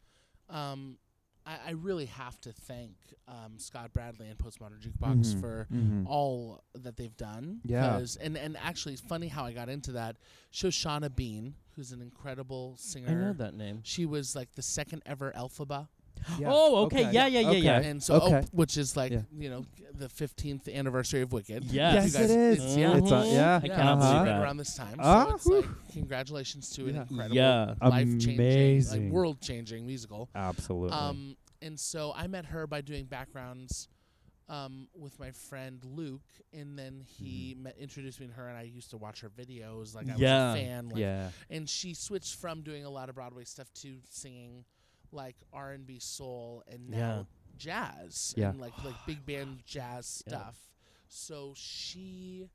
Um, I, I really have to thank um, Scott Bradley and Postmodern Jukebox
Mhm.
for
Mhm.
all that they've done.
Yeah.
'cause- And and actually, it's funny how I got into that. Shoshana Bean, who's an incredible singer.
I know that name.
She was like the second ever Elphaba,
Yeah.
Oh, okay. Yeah, yeah, yeah, yeah.
and so
Okay.
oh, which is like
Yeah.
you know the fifteenth anniversary of Wicked.
Yes.
You
Yes, it is.
It's,
yeah,
yeah,
It's on- yeah.
I
yeah,
cannot
it's
Uh-huh.
believe
right
that.
around this time.
Ah,
so it's
whew.
like congratulations to
Yeah.
an incredible,
Yeah.
life changing,
Amazing.
like, world changing musical.
Absolutely.
Um, and so I met her by doing backgrounds um, with my friend Luke, and then he met, introduced me to her, and I used to watch her videos. Like I
Yeah.
was a fan. Like,
Mm-hmm. yeah.
And she switched from doing a lot of Broadway stuff to singing like R and B soul and now jazz
Yeah.
and like like big band jazz
Yeah.
stuff. So she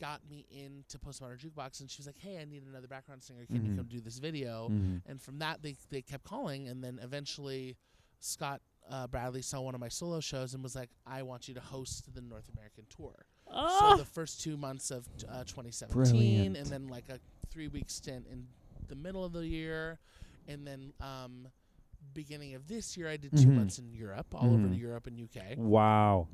got me into Postmodern Jukebox, and she was like, "Hey, I need another background singer. Can
Mhm.
you come do this video?"
Mhm.
and from that they, they kept calling and then eventually scott uh, bradley saw one of my solo shows and was like i want you to host the north american tour so
Oh,
the first two months of uh, 2017
Brilliant.
and then like a three week stint in the middle of the year and then um, beginning of this year i did 2
Mhm.
months in europe all over
Mhm.
europe and uk
Wow.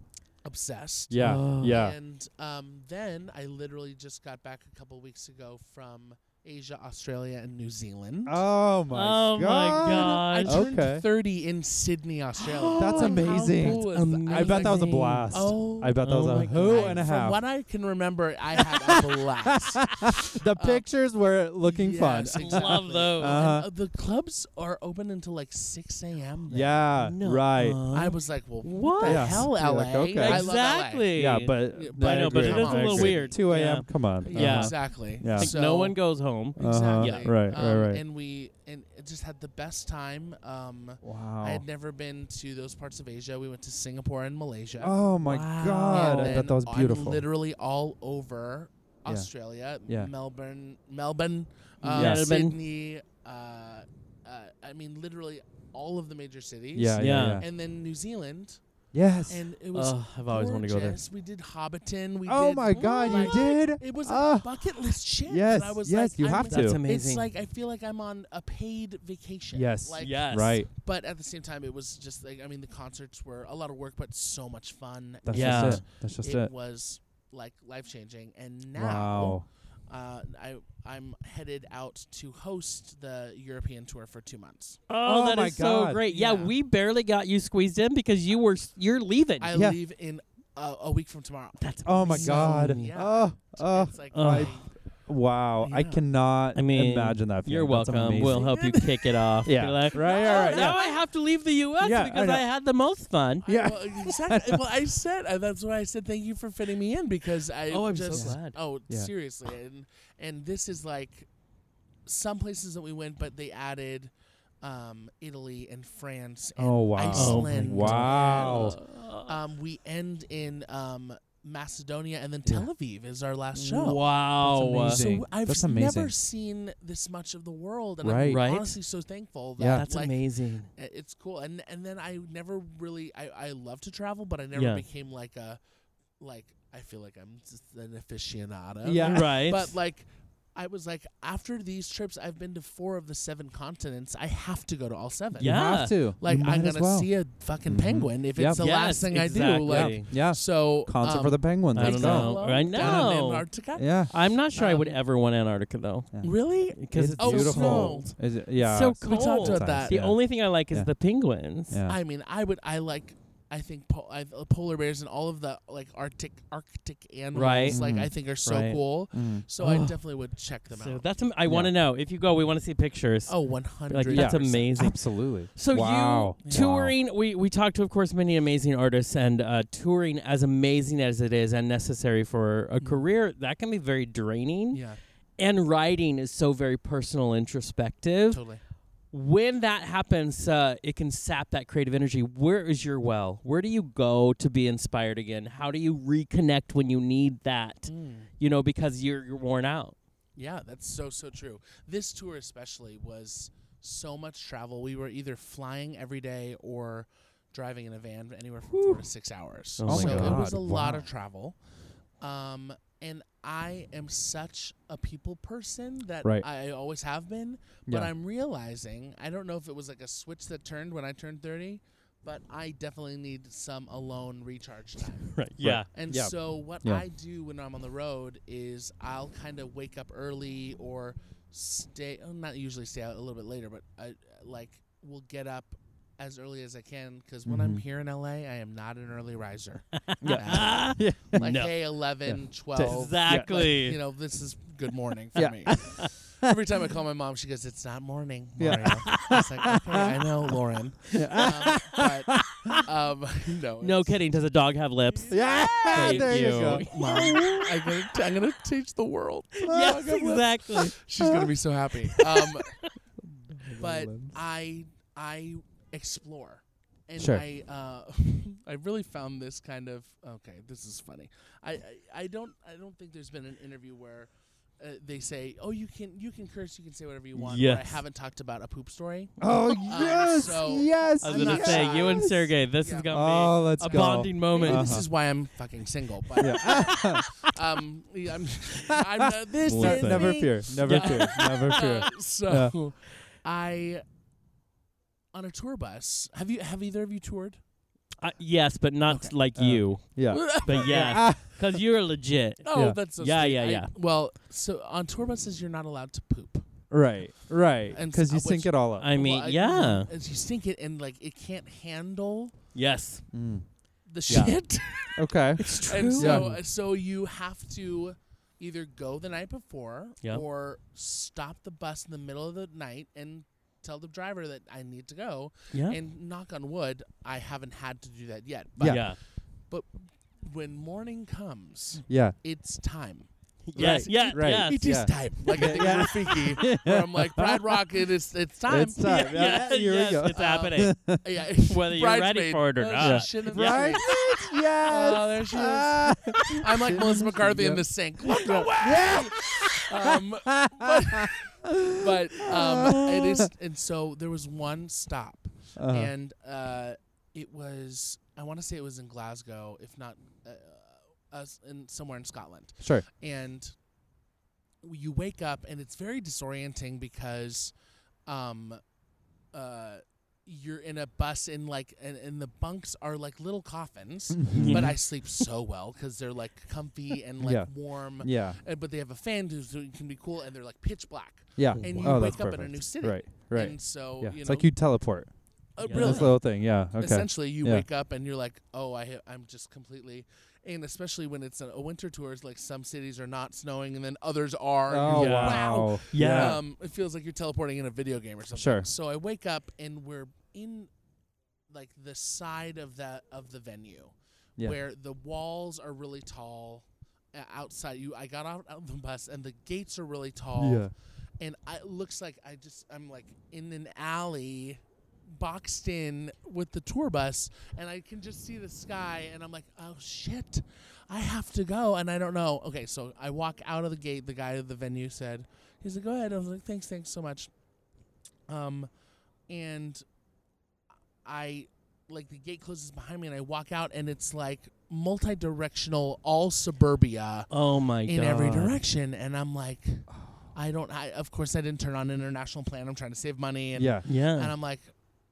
obsessed
Yeah.
Oh.
Yeah.
and um, then i literally just got back a couple weeks ago from asia australia and new zealand
Oh my
oh my
I
gosh.
turned
Okay.
30 in Sydney, Australia.
That's
Like, how
amazing.
cool is that?
I bet that was a
amazing.
blast.
Oh,
I bet that was
Oh my
a who
I-
and a
From
half.
what I can remember, I had a blast.
the pictures were looking fun.
Yes, exactly.
Love those.
And,
Uh-huh.
uh, the clubs are open until like 6 a.m. there.
Oh, Yeah.
No.
Right.
I was like, well, what,
What?
the
Yes.
hell,
You're
LA?
like, okay.
I love LA.
exactly.
yeah, but
Yeah,
I know, but
agree.
it is a
I
little
agree.
weird.
2 a.m.
Yeah.
Come on.
Yeah,
Yeah.
exactly.
Uh-huh. Yeah.
Like,
So,
no one goes home.
Uh-huh.
Exactly.
Yeah. Right, right,
Um,
right.
And we and it just had the best time. Um,
Wow.
I had never been to those parts of Asia. We went to Singapore and Malaysia.
oh my
Wow.
God.
And
I thought
then
that was
I'm
beautiful.
literally all over
Yeah.
Australia,
Yeah.
Melbourne, Melbourne, uh,
Yeah. Melbourne.
Sydney. Uh, uh, I mean, literally all of the major cities.
yeah, yeah,
Yeah.
yeah.
And then New Zealand,
Yes.
and it was.
Ugh, I've always wanted to go there.
gorgeous. We did Hobbiton. We
oh
did,
my God, you did?
It was
Ah.
a bucket list shit. and
Yes,
I was
yes,
like,
you
I'm-
have to.
That's
It's
amazing.
It's like I feel like I'm on a paid vacation.
Yes.
Like,
yes.
Right.
But at the same time, it was just like I mean, the concerts were a lot of work, but so much fun.
That's
Yeah.
just it. That's just
it,
it.
was like life changing. And now
Wow.
uh, I I'm headed out to host the European tour for two months.
Oh,
Oh
that is
my
so
God.
great. Yeah,
Yeah.
we barely got you squeezed in because you were s- you're leaving.
I
Yeah.
leave in a, a week from tomorrow.
That's
Oh my
amazing.
God.
Yeah.
Oh, oh,
it's like
Oh.
my-
wow. I
Yeah.
cannot
I mean,
imagine that.
You're
feeling. That's
welcome.
amazing.
We'll help you kick it off.
Yeah.
Be like,
Right,
"Oh,
right, yeah.
Now I have to leave the U.S.
Yeah, I
because
know.
I had the most fun.
I-
Yeah.
well, exactly. well, I said uh, that's why I said thank you for fitting me in because I
Oh, I'm so
just
glad.
oh
Yeah.
seriously and and this is like some places that we went, but they added um, Italy and France and
Oh, wow. Oh, my
Iceland.
Wow.
and, um, we end in um, Macedonia, and then Tel Aviv is our last show.
Wow.
That's amazing.
So I've
That's amazing.
never seen this much of the world, and
Right.
I'm
Right.
honestly so thankful that
Yeah.
That's
like,
amazing.
i- It's cool, and and then I never really I I love to travel, but I never
Yeah.
became like a like I feel like I'm just an aficionado.
Yeah.
right.
But like, I was like, after these trips, I've been to four of the seven continents. I have to go to all seven.
You
Yeah.
have to.
Like
You
I'm
might as
gonna
well.
see a fucking
Mhm.
penguin if
Yep.
it's the
Yes,
last thing I do.
exactly.
Like
Yeah.
so.
Concert
um,
for the Penguins.
I don't
Let's go.
know. I
Down in
know.
Antarctica.
Yeah.
I'm not sure I would
Um,
ever want Antarctica though.
Really?
Because it's,
oh,
beautiful.
snow.
Is it- yeah.
so
We
cold.
talked about that.
The
Yeah.
only thing I like is
Yeah.
the penguins.
yeah.
I mean, I would. I like. I think po- I, uh, polar bears and all of the like Arctic Arctic animals,
Right.
like
Mhm.
I think, are so
Right.
cool.
Mm.
So I
Oh.
definitely would check them
So
out.
that's am- I want to know if you go. We want to see pictures.
oh, one hundred.
like that's amazing.
Absolutely.
So
wow.
you touring? We we talked to of course many amazing artists, and uh, touring as amazing as it is and necessary for a
Mhm.
career, that can be very draining.
Yeah,
And writing is so very personal, introspective.
totally.
When that happens, uh, it can sap that creative energy. Where is your well? Where do you go to be inspired again? How do you reconnect when you need that?
Mm.
You know, because you're you're worn out.
Yeah, that's so so true. This tour especially was so much travel. We were either flying every day or driving in a van anywhere from four to six hours.
Oh my
so it was
God,
a lot of
wow.
travel. Um, and I am such a people person that
Right.
I always have been. But
Yeah.
I'm realizing I don't know if it was like a switch that turned when I turned thirty, but I definitely need some alone recharge time.
Right.
yeah.
And
Yeah.
so what
Yeah.
I do when I'm on the road is I'll kind of wake up early or stay oh, not usually stay out a little bit later, but I like will get up as early as I can because when I'm
Mhm.
here in LA, I am not an early riser.
Yeah.
Like
No.
hey, 11, 12. like,
Exactly.
you know, this is good morning for
Yeah.
me. Every time I call my mom, she goes, "It's not morning."
Yeah.
Mario." It's like, okay, I know, Lauren. Um, but um, no,
No
it's-
kidding. Does a dog have lips?
Yeah.
Thank
there you,
you.
go. Oh,
Mom, I'm gonna, t- I'm gonna teach the world.
yes, exactly.
She's gonna be so happy. Um, but
Limbs.
I I explore, and
Sure.
I uh, I really found this kind of okay. This is funny. I, I I don't I don't think there's been an interview where. Uh, they say, "Oh, you can you can curse, you can say whatever you want." where I
Yes.
haven't talked about a poop story.
Oh yes,
so-
yes.
I was
I'm
gonna
not
say
shy.
you and Sergey. This
Yeah.
is gonna
Oh,
be
let's
a
go.
bonding moment.
Maybe
Uh-huh.
This is why I'm fucking single. But um, I'm, I'm uh, this
Ne-
is
never
me.
fear. Never
Yeah.
fear. Never fear.
Uh, so I on a tour bus. Have you have either of you toured?
Uh, yes, but not
Okay.
like
Uh,
you.
Yeah.
But yes,
Ah,
because you're legit.
oh,
Yeah.
that's so
Yeah,
sweet.
yeah,
I-
yeah.
well, so on tour buses you're not allowed to poop.
right. Right.
And
Because
s-
you
which-
sync it all up.
I mean,
Well, I-
yeah.
and you stink it and like it can't handle
Yes.
Mm.
the
Yeah.
shit.
Okay.
It's
and so
Yeah.
so you have to either go the night before
Yeah.
or stop the bus in the middle of the night and tell the driver that I need to go.
Yeah.
And knock on wood, I haven't had to do that yet. But
yeah.
when morning comes,
Yeah.
it's time.
Yes.
Right,
Yeah.
right.
Yes.
It is
yeah.
time. Like I think
Yeah.
Rafiki, where I'm like, Pride Rock, it is, it's time.
It's
Yeah,
time. Yeah.
yes,
Here we
yes,
go.
It's
Um,
happening.
yeah.
Whether you're ready
Bridesmaid.
for it or
Oh,
not.
shit, I'm
Right. yes.
Oh, there she is.
Ah.
I'm like Melissa McCarthy in
Yep.
the sink. Look away. Um, but but um, it is, and so there was one stop,
Uh-huh.
and uh, it was I want to say it was in Glasgow, if not uh, us in somewhere in Scotland.
Sure.
and you wake up and it's very disorienting because um uh you're in a bus and like and, and the bunks are like little coffins
Mm-hmm.
but i sleep so well because they're like comfy and like
Yeah.
warm
Yeah.
and, but they have a fan who's- who can be cool and they're like pitch black
Yeah.
and you
oh,
wake
that's
up
perfect.
in a new city
Right. Right.
and so
yeah.
you know
it's like you teleport.
uh,
Yeah.
in
really
This little thing. Yeah. Okay.
essentially you
Yeah.
wake up and you're like oh i ha- i'm just completely and especially when it's a, a winter tour it's like some cities are not snowing and then others are and
Oh
you're like, wow
wow.
Yeah.
um, it feels like you're teleporting in a video game or something.
Sure.
So I wake up and we're in like the side of the of the venue
Yeah.
where the walls are really tall uh, outside you I got out, out of the bus and the gates are really tall
Yeah.
and I, it looks like I just I'm like in an alley boxed in with the tour bus and I can just see the sky and I'm like oh shit I have to go and I don't know okay so I walk out of the gate the guy at the venue said he's like go ahead I was like thanks thanks so much um and I like the gate closes behind me and I walk out and it's like multi-directional all suburbia
Oh my god.
in every direction and I'm like I don't I of course I didn't turn on international plan I'm trying to save money and
yeah,
and
Yeah.
I'm like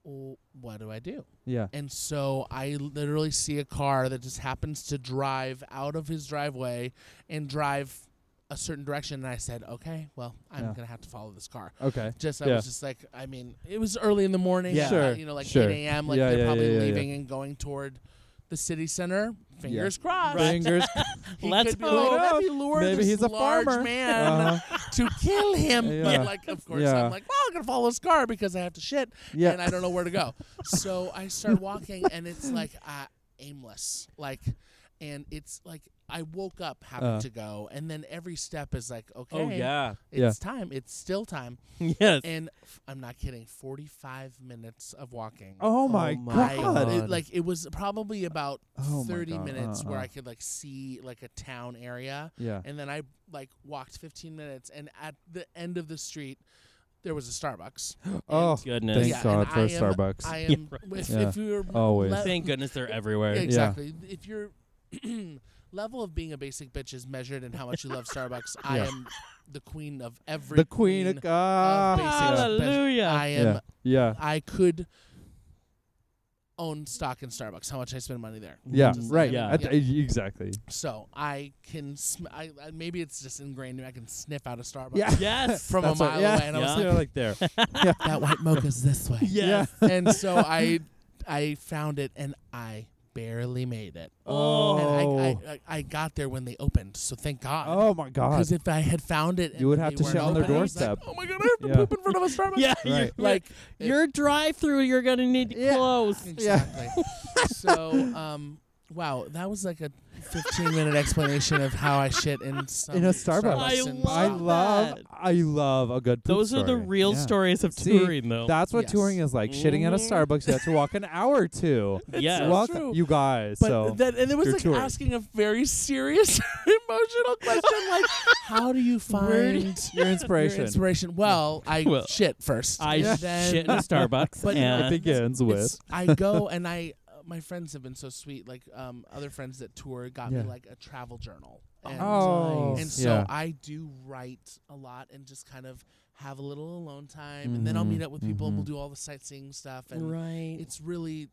well, what do I do?
yeah.
And so I literally see a car that just happens to drive out of his driveway and drive a certain direction. And I said, okay, well, I'm
Yeah.
going to have to follow this car.
Okay.
Just, I
Yeah.
was just like, I mean, it was early in the morning.
Yeah.
uh,
Sure,
You know, like
sure.
8 a.m. Like
Yeah,
they're
yeah,
probably
yeah, yeah, yeah.
leaving and going toward the city center. Fingers crossed.
Fingers.
He
Let's
could be
hope.
like, let me lure
Maybe
this
he's a
large
farmer.
man
Uh-huh.
to kill him.
Yeah.
But like, of course,
Yeah.
I'm like, well, I'm gonna follow this car because I have to shit
Yeah.
and I don't know where to go. so I start walking, and it's like uh, aimless, like, and it's like I woke up having
Uh.
to go, and then every step is like, okay,
Oh yeah.
it's
Yeah.
time, it's still time,
Yes.
and f- I'm not kidding, 45 minutes of walking.
Oh my
my
I-
god.
it- like it was probably about
Oh my
30
God,
minutes
uh,
where
uh.
I could like see like a town area
yeah.
and then I like walked 15 minutes, and at the end of the street, there was a Starbucks.
Oh,
Goodness.
thank
Yeah,
God
and
for
I am-
Starbucks.
I
Yeah,
am
right.
if,
Yeah. Oh,
if you're
Always.
Thank goodness they're everywhere.
exactly if your level of being a basic bitch is measured in how much you love Starbucks, I
Yeah.
am the queen of every
the Queen of God.
basic
yeah.
Hallelujah.
I am.
Yeah. yeah.
I could own stock in Starbucks. How much I spend money there?
Yeah,
Just-
right.
yeah.
I th- Exactly.
So I can. Sm- I, I maybe it's just ingrained. in me. I can sniff out a Starbucks.
Yeah.
Yes.
From
That's
a
what-
mile
yeah.
away, and I was
Yeah.
like,
You're like there.
"That white mocha's this way."
yes.
and so I I found it and I barely made it.
Oh.
And I, I, I, I got there when they opened, so thank God.
Oh my God.
Because if I had found it, and
You would
they
have to
weren't
sit on their
open, I was like,
doorstep.
oh my God, I have to
Yeah.
poop in front of a Starbucks.
Yeah.
Right.
You're, like
Like
your drive-through, you're gonna need to
Yeah.
close.
exactly. so um, wow, that was like a 15 minute explanation of how I shit in some
In a Starbucks.
I
and-
I
Love
love.
that.
I love a good. poop
Those are the
story.
real
Yeah.
stories of
See,
touring, though.
That's what
Yes.
touring is like. Shitting at a
Mhm.
Starbucks, you have to walk an hour to.
yes.
so-
Welcome,
true.
you guys.
But
so
that and it was
you're
like
touring.
asking a very serious emotional question, like how do you find
Where do you-
your
your
inspiration.
inspiration? Well, I
Well,
shit first.
I
And then
shit in a Starbucks.
But-
and
it begins with.
It's- I go and I uh, my friends have been so sweet. Like um, other friends that tour got
Yeah.
me like a travel journal. And,
Oh,
and so
yeah.
I do write a lot and just kind of have a little alone time, and then I'll meet
Mhm,
up with people and
mhm.
we'll do all the sightseeing stuff, and
right.
it's really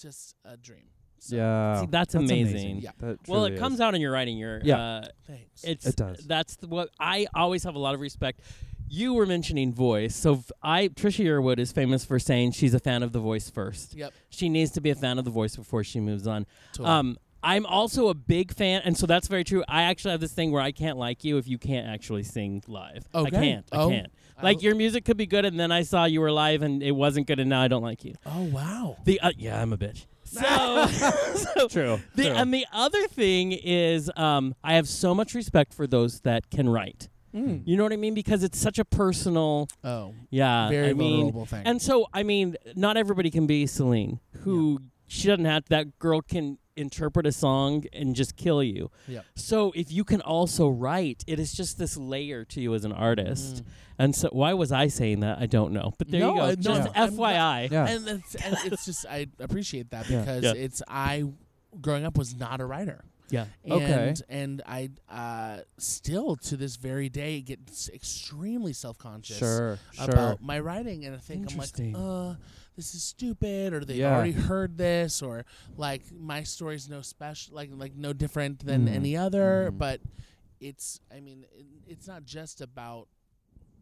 just a dream. So,
Oh, yeah,
See, that's amazing.
Yeah.
That
well,
truly
it comes
is.
out in your writing. Your
Yeah.
uh,
Thanks.
it's
It does.
That's the, what I always have a lot of respect. You were mentioning voice, so v- I Trisha Yearwood is famous for saying she's a fan of the voice first.
yep.
She needs to be a fan of the voice before she moves on.
Totally.
Um, I'm also a big fan, and so that's very true. I actually have this thing where I can't like you if you can't actually sing live. I
Okay.
can't. I
Oh.
can't. Like
I-
your music could be good, and then I saw you were live, and it wasn't good, and now I don't like you.
oh wow.
The uh, yeah, I'm a bitch. So, so
True.
the,
true.
and the other thing is, um, I have so much respect for those that can write.
Mm.
You know what I mean? Because it's such a personal,
Oh,
yeah.
very
Uh, I mean,
vulnerable thing.
and so I mean, not everybody can be Celine, who she doesn't have. That girl can interpret a song and just kill you.
Yeah.
So if you can also write, it is just this layer to you as an artist.
Mm.
And so why was I saying that? I don't know. But there
No,
you go.
I- no,
just
I'm glad-
FYI.
yeah.
and it's, and it's just I appreciate that
Yeah.
because
Yeah.
it's I growing up was not a writer.
Yeah.
Okay.
And, and I uh, still to this very day get s- extremely self conscious
sure, sure.
about my writing, and I think I'm like,
Interesting.
uh, this is stupid, or they
Yeah.
already heard this, or like my story's no special, like like no different than
Mm.
any other.
Mhm.
But it's, I mean, it, it's not just about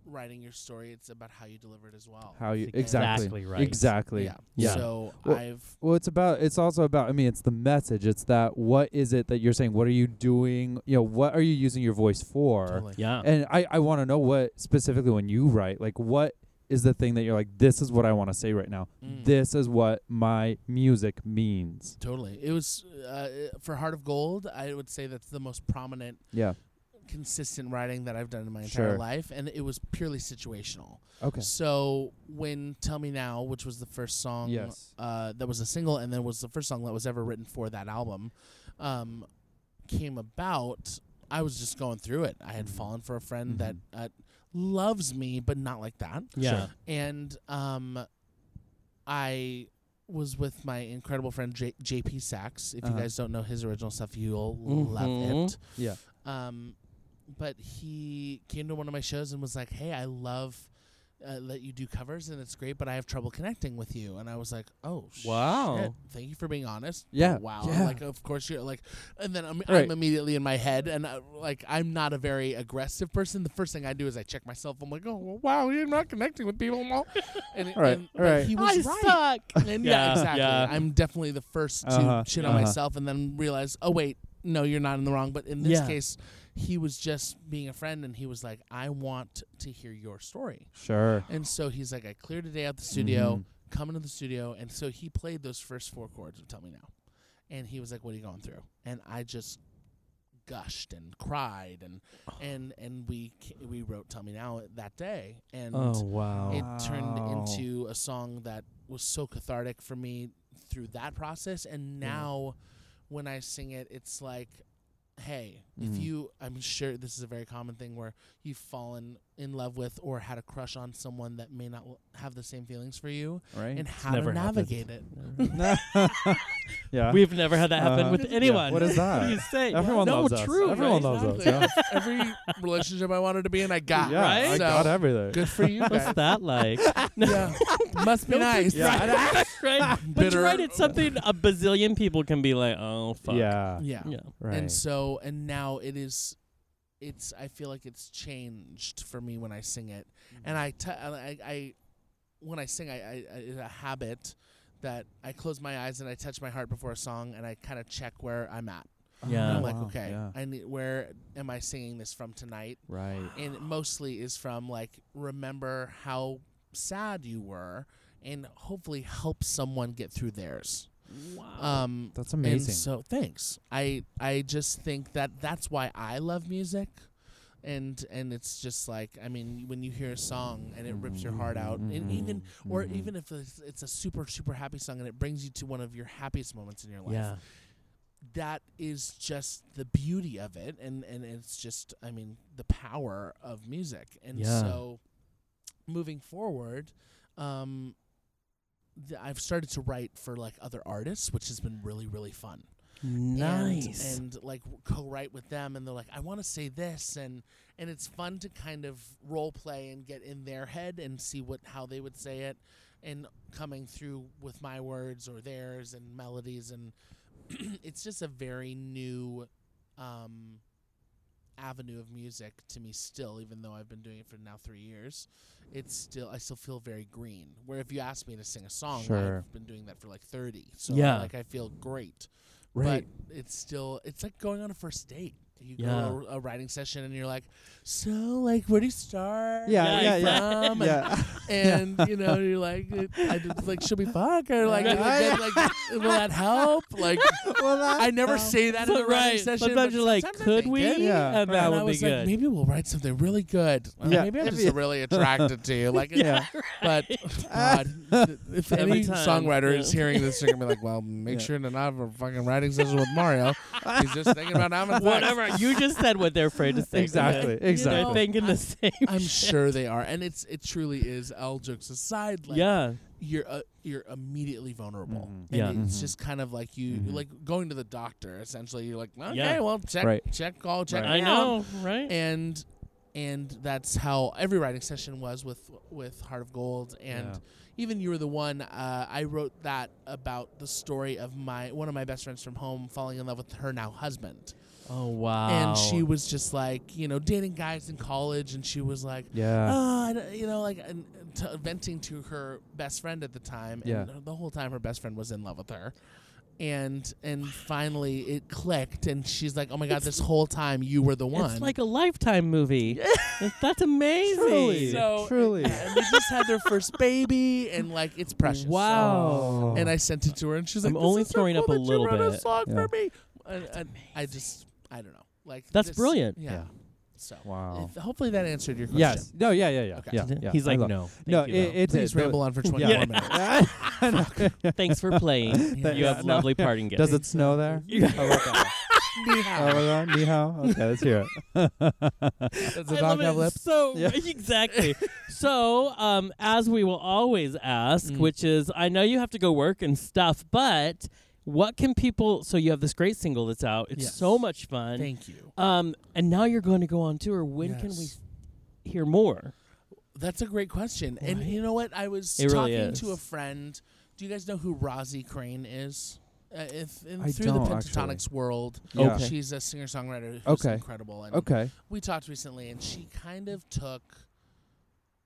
writing your story; it's about how you deliver it as well.
How you
Because-
exactly,
Exactly right.
exactly.
Yeah.
Yeah.
So
Well,
I've
Well, it's about. It's also about. I mean, it's the message. It's that. What is it that you're saying? What are you doing? You know, what are you using your voice for?
totally.
Yeah.
And I, I want to know what specifically when you write, like what is the thing that you're like, this is what I want to say right now.
Mm.
This is what my music means.
Totally. It was uh, for Heart of Gold. I would say that's the most prominent,
Yeah.
consistent writing that I've done in my entire
Sure.
life, and it was purely situational.
Okay.
So when Tell Me Now, which was the first song,
Yes.
uh, that was a single, and then was the first song that was ever written for that album, um, came about. I was just going through it. I had
Mm-hmm.
fallen for a friend that uh, loves me, but not like that
yeah.
and um, I was with my incredible friend J- J.P. Sachs. If
Uh-huh. Mm-hmm.
you guys don't know his original stuff, you'll
Mhm.
love it.
Yeah.
Um, but he came to one of my shows and was like, "Hey, I love uh, that you do covers, and it's great, but I have trouble connecting with you." And I was like, "Oh,
Wow.
shit. Thank you for being honest." but
Yeah.
Wow.
Yeah.
Like, of course you're like, and then I'm,
Right.
I'm immediately in my head, and uh, like I'm not a very aggressive person. The first thing I do is I check myself. I'm like, "Oh, well, wow, you're not connecting with people." Mo." And,
All right.
and-
All
but
right.
He was right.
suck.
And yeah,
yeah,
exactly.
yeah.
I'm definitely the first to
Uh-huh,
shit
uh-huh.
on myself and then realize, oh wait, no, you're not in the wrong. But in this
Yeah.
case, he was just being a friend, and he was like, I want to hear your story.
Sure.
And so he's like, I cleared a day out the studio, come into the studio, and so he played those first four chords of Tell Me Now, and he was like, What are you going through? And I just gushed and cried and and and we ca- we wrote Tell Me Now that day, and
Oh wow.
it turned
Wow.
into a song that was so cathartic for me through that process and now when i sing it it's like hey if
Mm.
you i'm sure this is a very common thing where you've fallen in love with or had a crush on someone that may not have the same feelings for you
Right.
and how to
never happened.
navigate it
yeah.
We've never had that happen
Uh,
with
yeah.
anyone.
What is that?
you say?
Everyone
no,
loves us.
true. right?
Everyone loves us.
Exactly.
Yeah.
every relationship i wanted to be in i got
yeah.
Right?
I
so
got everything.
good for you
What's
guys.
that like?
yeah must be nice
Yeah. I don't-
right? But
Bitter.
you're right. It's something a bazillion people can be like, oh fuck.
Yeah.
yeah
Yeah.
Right.
And so and now it is it's I feel like it's changed for me when I sing it.
Mm.
And I t- I I when I sing I, I, I it's a habit that I close my eyes and I touch my heart before a song and I kind of check where I'm at.
Yeah.
And
Oh,
I'm like,
wow.
okay,
Yeah.
I need, where am I singing this from tonight?
Right.
And it mostly is from like remember how sad you were and hopefully help someone get through theirs.
Wow.
Um
That's
and
amazing.
so thanks. I I just think that that's why I love music, and and it's just like I mean when you hear a song and it rips your heart out, and even or
Mm-hmm.
even if it's, it's a super super happy song and it brings you to one of your happiest moments in your life,
yeah.
that is just the beauty of it, and and it's just I mean the power of music, and
Yeah.
so moving forward, um. th- I've started to write for like other artists, which has been really, really fun and-
Nice.
and, like w- co-write with them and they're like i want to say this and and it's fun to kind of role play and get in their head and see what how they would say it and coming through with my words or theirs and melodies and it's just a very new um avenue of music to me still even though i've been doing it for now three years it's still i still feel very green where if you ask me to sing a song
Sure.
i've been doing that for like 30 so
Yeah.
like i feel great
Right.
but it's still it's like going on a first date. You
Yeah.
go to a writing session and you're like, so like where do you start?
Yeah,
Where
yeah,
you
yeah.
from?" And,
yeah.
and you know you're like, it- I just like should we fuck or like,
Yeah.
then, like will that help? Like
well, that,
I never say that in
So,
the writing
right.
session.
Sometimes
but
you're like,
sometimes I
could
think
we?
it.
Yeah.
And
And
that
I
would be
was like,
good.
maybe we'll write something really good. Well,
Yeah.
Maybe I'm
If
just
you-
really attracted to you. Like,
Yeah.
but
Uh,
God, if
Every
any
time,
songwriter
yeah.
is hearing this, they're gonna be like, "Well, make
Yeah.
sure to not have a fucking writing session with Mario. He's just thinking about having sex."
Whatever. you just said what they're afraid to say.
Exactly,
They're
exactly.
thinking the same.
I'm sure they are, and it's it truly is. All jokes aside, like
yeah.
you're uh, you're immediately vulnerable,
Mhm.
and
Yeah.
it's
Mhm.
just kind of like you
Mhm.
like going to the doctor. Essentially, you're like, okay,
Yeah.
well, check
Right.
check all check.
I
Right.
me out."
know. Right.
and and that's how every writing session was with with Heart of Gold and
Yeah.
even you were the one uh, I wrote that about the story of my one of my best friends from home falling in love with her now husband
oh wow.
and she was just like you know dating guys in college and she was like
Yeah.
oh, I don't- you know like and t- venting to her best friend at the time
Yeah.
and the whole time her best friend was in love with her and and finally it clicked and she's like oh my god
It's-
this whole time you were the one
It's like a lifetime movie. That's amazing.
Truly.
So-
truly.
and they just had their first baby, and like it's precious.
Oh. Wow.
oh.
And I sent it to her, and she's
I'm
like,
only
this is so
throwing
cool
up a
that you
little
wrote
bit."
A song
Yeah.
for me. And, and I just, I don't know. Like
That's
this-
brilliant.
Yeah.
Yeah.
So
Wow.
if- hopefully that answered your question.
Yes. No. Yeah. Yeah. Yeah.
Okay.
Yeah, yeah.
He's
I
like,
love-
no. Thank
No.
you,
it,
though.
it
Please
did.
ramble on for 21
Yeah.
minutes.
I know.
Thanks for playing.
Yeah.
You have
No,
lovely
yeah.
parting gifts.
Does it snow there?
Yeah.
I love that
Ni
Oh,
hao.
well, ni hao. Okay, let's hear it.
Does
I
the dog
love
have
it
lips?
So
Yeah.
exactly. so um, as we will always ask,
Mm.
which is, I know you have to go work and stuff, but what can people? So you have this great single that's out. It's
Yes.
so much fun.
Thank you.
um, and now you're going to go on tour. When can we
Yes.
hear more?
That's a great question. And
Right?
you know what? I was
It really
talking to a
is.
friend. Do you guys know who Rosie Crane is? Uh, if, in,
I
through the
don't, actually.
pentatonics world,
Yeah.
Okay.
she's a singer songwriter who's
Okay.
incredible. And
okay.
we talked recently, and she kind of took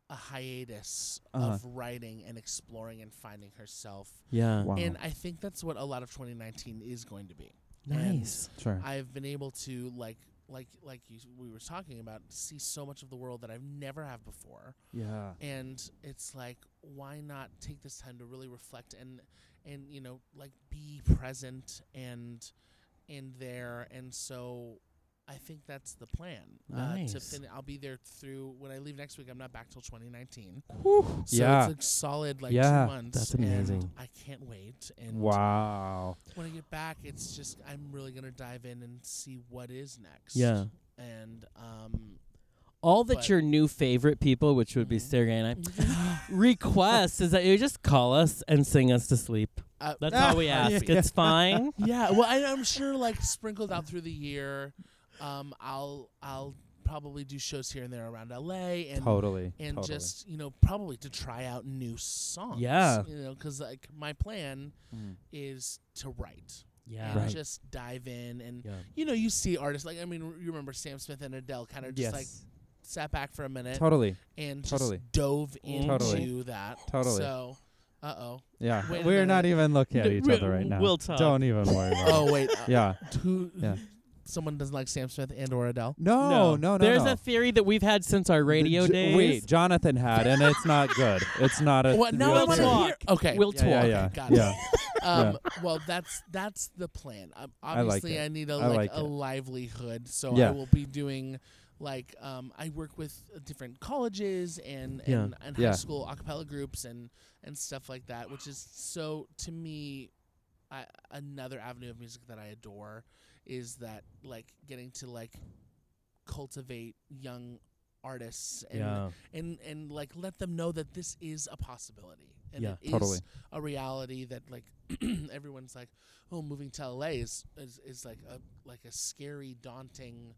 a hiatus
Uh-huh.
of writing and exploring and finding herself.
Yeah.
Wow.
And I think that's what a lot of 2019 is going to be.
Nice.
Sure.
I've been able to like like like you, we were talking about see so much of the world that I've never have before
Yeah.
and it's like why not take this time to really reflect and and you know like be present and in there and so i think that's the plan uh, to
Nice.
fin- i'll be there through when i leave next week i'm not back till 2019
Whew.
so
Yeah.
it's like solid like
Yeah,
two months
that's
and
amazing.
i can't wait and
Wow.
when i get back it's just i'm really gonna dive in and see what is next
Yeah.
and um
All that
But-
your new favorite people, which would be
Mhm.
Sergey and I, request is that you just call us and sing us to sleep.
uh,
That's all we ask. It's fine.
yeah well I, i'm sure like sprinkled out through the year um i'll i'll probably do shows here and there around la and
Totally.
and
totally.
just you know probably to try out new songs
Yeah.
you know because like my plan
Mm.
is to write
Yeah.
and
Right.
just dive in and
Yeah.
you know you see artists like i mean you remember sam smith and adele kind of just
yes.
like sat back for a minute
totally.
and
totally.
just dove into
Totally.
that
Totally.
so uh-oh
Yeah.
Wait a
We're not
minute.
even looking at
No,
each
we-
other right now.
we'll talk.
Don't even worry about it.
oh wait
Yeah.
who
Yeah.
someone doesn't like sam smith and or adele
No, no, Oh, no, no.
There's a theory that we've had since our radio
J-
days.
Wait, Jonathan had, and it's not good. It's not a.
What? Now
real
I want to
thing.
talk.
hear. Okay,
We'll
yeah,
Yeah,
okay,
yeah,
got it.
yeah.
Um, Well, that's that's the plan. Um,
I like
obviously,
it.
I, need a
I
like,
like
a
it.
livelihood, so
Yeah.
I will be doing like um, I work with uh, different colleges and
Yeah.
and, and
Yeah.
high school a cappella groups and and stuff like that, which is so to me I, another avenue of music that I adore is that like getting to like cultivate young artists and
Yeah.
and and like let them know that this is a possibility and
Yeah,
it is
totally.
a reality that like everyone's like oh moving to LA is is, is like a like a scary daunting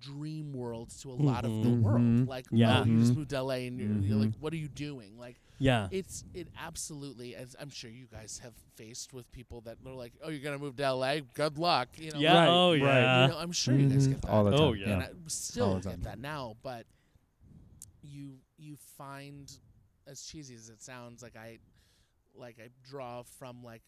dream world to a lot of the
Mhm.
world
Mhm.
like
Yeah. Mm-hmm.
oh you just
Mhm.
moved to LA and you're, you're
Mhm.
like what are you doing like
Yeah.
it's it absolutely as I'm sure you guys have faced with people that are like oh you're going to move to LA good luck you know
Yeah.
Right,
oh
right.
yeah.
you know, I'm sure you guys
Mhm.
get that
All the time.
Oh,
yeah.
yeah.
and I still
All the
get
time.
that now, but you you find as cheesy as it sounds, like I like I draw from like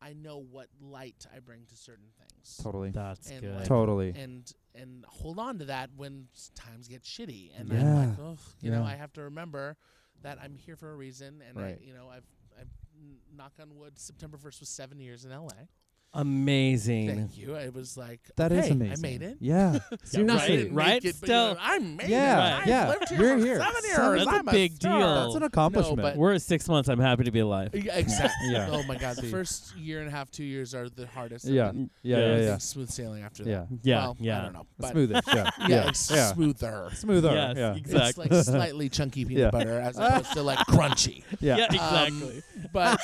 I know what light I bring to certain things.
Totally.
That's
And,
good.
like-
Totally.
And and hold on to that when s- times get shitty and I'm
Yeah.
like, oh, you know,
Yeah.
I have to remember that I'm here for a reason and
Right.
I, you know, I've I've n- knock on wood, September 1st was 7 years in LA.
Amazing.
Thank you. I was like,
That is
okay,
amazing.
I made it.
Yeah.
No, I
right,
didn't
Seriously.
make
right?
it, but,
Still-
you know, I made
Yeah,
it. I've
yeah.
lived here
You're
for
here.
Seven years.
Seven-
That's a
I'm
big
star.
deal.
That's an accomplishment.
Oh, but-
We're at six months. I'm happy to be alive.
Yeah, exactly.
Yeah.
Oh my God. The
See.
first year and a half, two years are the hardest. and
yeah.
then
Yeah.
Yeah. Yeah.
everything's
Yeah.
Smooth sailing after
Yeah.
that.
Yeah.
Well,
yeah.
I don't know. But
Smoothish. Yeah.
Yeah,
yeah.
it's
yeah.
smoother.
Smoother.
Yes,
yeah.
exactly.
It's like slightly chunky peanut
Yeah.
butter as opposed to like crunchy.
yeah.
Yeah,
Um,
exactly.
but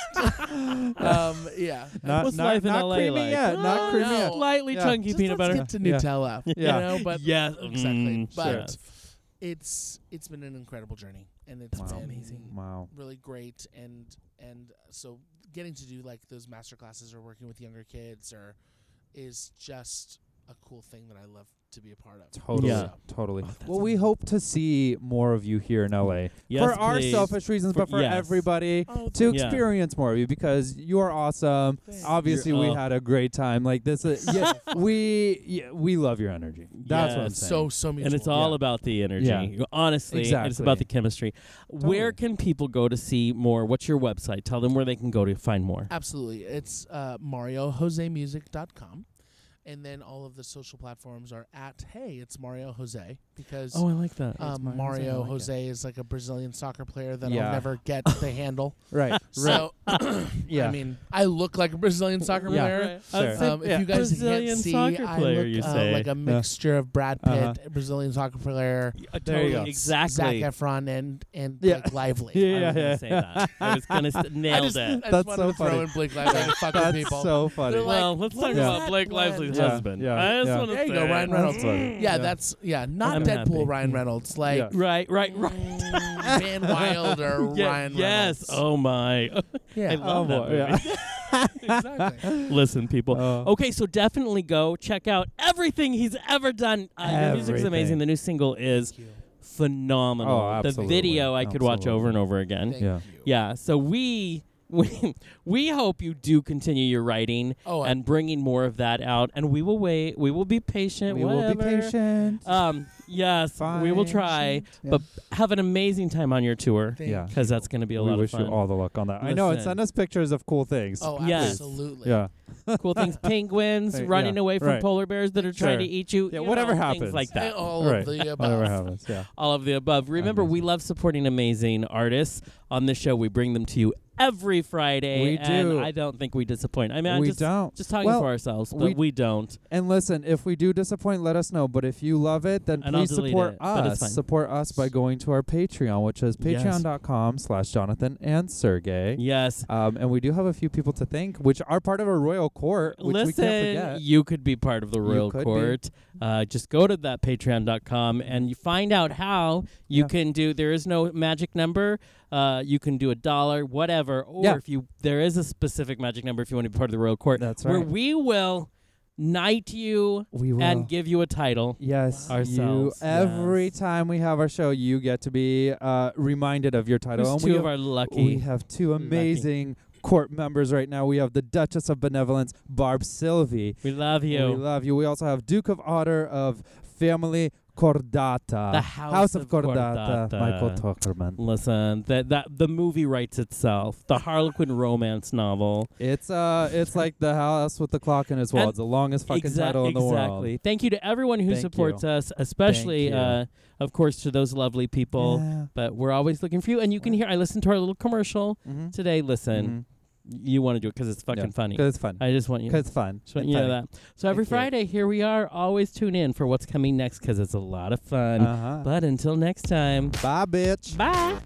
um, yeah.
Not,
What's
uh, not,
life in
not
LA
creamy
like?
yet.
Oh,
not creamy
no.
yet.
Slightly
Yeah.
chunky
Just
peanut
let's
butter.
get to
Yeah.
Nutella.
Yeah.
You know, but
yeah.
exactly.
mm,
But
yes.
it's it's been an incredible journey, and it's
Wow.
been
Amazing.
Wow.
really great and and so getting to do like those master classes or working with younger kids or is just a cool thing that I love to be a part of.
Totally.
Yeah.
Oh,
Totally.
that's
well, we
amazing.
hope to see more of you here in LA
Yes,
for our
please.
selfish reasons,
For-
but for
yes.
everybody
Oh,
to
Yeah.
experience more of you because you are awesome.
Thanks.
Obviously,
You're-
we
oh.
had a great time. Like this, uh, is, yeah, we yeah, we love your energy. That's what I'm
Yes.
saying.
so so mutual.
And it's all
Yeah.
about the energy.
Yeah.
Honestly, it's about
Exactly.
the chemistry. Where can people go to see more? What's your website? Tell them where they can go to find more.
absolutely. It's uh, MarioJoseMusic.com. And then all of the social platforms are at Hey, it's Mario Jose because
Oh, I like that.
uh,
Mario. I
Mario
like it.
Jose is like a Brazilian soccer player that
Yeah.
I'll never get the handle.
Right. right.
So
yeah.
I mean, I look like a Brazilian soccer
Yeah.
player.
Sure.
I'd say
Um, if
Yeah.
you guys
Brazilian
can't see,
soccer
I
player,
look
you
uh,
say.
like
Yeah.
a mixture of Brad Pitt,
Uh-huh.
Brazilian soccer player,
Uh,
There you
totally,
go.
Exactly.
Zac Efron, and and
Yeah.
Blake Lively.
I
yeah,
was
yeah.
gonna say that. I was gonna s-
I
nail
just, I
that.
just
That's
wanted
so
to throw
funny.
in Blake Lively to fuck with
That's
people.
so funny.
They're like,
well, let's
what
talk
is
about
that
Blake
blend?
Lively's
Yeah,
husband.
yeah,
I just
yeah.
want to
There you
say
go, Ryan Reynolds.
funny.
yeah,
Yeah.
that's yeah, not
I'm
Deadpool
happy.
Ryan Reynolds, like
Yeah.
Right, right, right.
mm, Van Wilder
Yeah,
Ryan
yes.
Reynolds.
Oh my.
yeah.
I
oh
love that
boy.
movie. Oh,
Yeah.
exactly.
Listen, people.
Oh.
Uh,
Okay, so definitely go check out everything he's ever done. Uh, your music's
Everything.
amazing. The new single is
Thank you.
phenomenal.
Oh, absolutely.
The video I could watch
Absolutely.
over and over again.
Thank
Yeah.
you.
Yeah. So we, we we hope you do continue your writing
Oh, I-
and bringing more of that out. And we will wait. We will be patient.
we will be
whatever.
patient.
Um. Yes. We will try.
Patient.
But have an amazing time on your tour
Thank
Yeah.
because that's going to be a
we
lot
wish
of fun.
you all the luck on that. I know. And
Listen.
send us pictures of cool things.
Oh,
Yes.
absolutely.
yeah.
cool things. Penguins
Hey,
running
yeah,
away from
right.
polar bears that are trying to
Sure.
eat you.
Yeah,
you
whatever
know, Things
happens.
like that.
All
Right.
of the
Whatever
above.
happens. Yeah.
all of the above. Remember, we
Amazing.
love supporting amazing artists on this show. We bring them to you every Friday.
We
and
do.
I don't think we disappoint. I mean, I'm
we
just,
don't.
just talking
Well,
for ourselves, but we,
we-
don't.
And listen, if we do disappoint, let us know. But if you love it, then
And I'll
please
delete
support
it, but it's
us.
fine.
Support us by going to our Patreon, which is
Yes.
patreon.com slash Jonathan and Sergey.
Yes.
Um, and we do have a few people to thank, which are part of our royal court, which we can't
Listen,
forget.
you could be part of the royal
could be.
court. Uh, just go to that patreon.com and you find out how you
Yeah.
can do. There is no magic number. Uh, you can do a dollar, whatever. Or
Yeah.
if you, there is a specific magic number if you want to be part of the royal court.
That's
Where
right.
we will knight you
we will.
and give you a title.
Yes, you.
Ourselves,
Every
yes.
time we have our show, you get to be uh, reminded of your title.
Who's
and
two
we
of our lucky.
We have two amazing court members right now. We have the Duchess of Benevolence, Barb Sylvie.
we love you.
We love you. We also have Duke of Otter of Family Cordata.
The House
of,
of
Cordata,
Cordata.
Michael Tuckerman.
Listen, that that the movie writes itself. The Harlequin romance novel.
It's uh, it's like the house with the clock in its wall.
And
It's the longest fucking
Exa-
title in the world.
exactly. Thank you to everyone who
Thank
supports
you.
us, especially
you.
uh, of course to those lovely people.
Yeah.
But we're always looking for you, and you can hear. I listened to our little commercial
Mhm.
today. Listen, you want to do it because it's fucking
Mm. Yeah.
funny.
'Cause it's fun.
I just want you.
Because it's fun.
Just want
and
you to know
funny.
that. So every
Thank you.
Friday, here we are. Always tune in for what's coming next because it's a lot of fun.
Uh-huh.
But until next time,
Bye, bitch.
bye.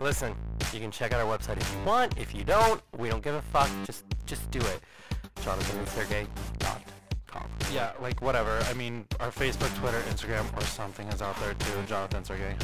Listen, you can check out our website if you want. If you don't, we don't give a fuck. Just just do it. JonathanandSergey.com. Yeah, like whatever. I mean, our Facebook, Twitter, Instagram, or something is out there too. Jonathan Sergey.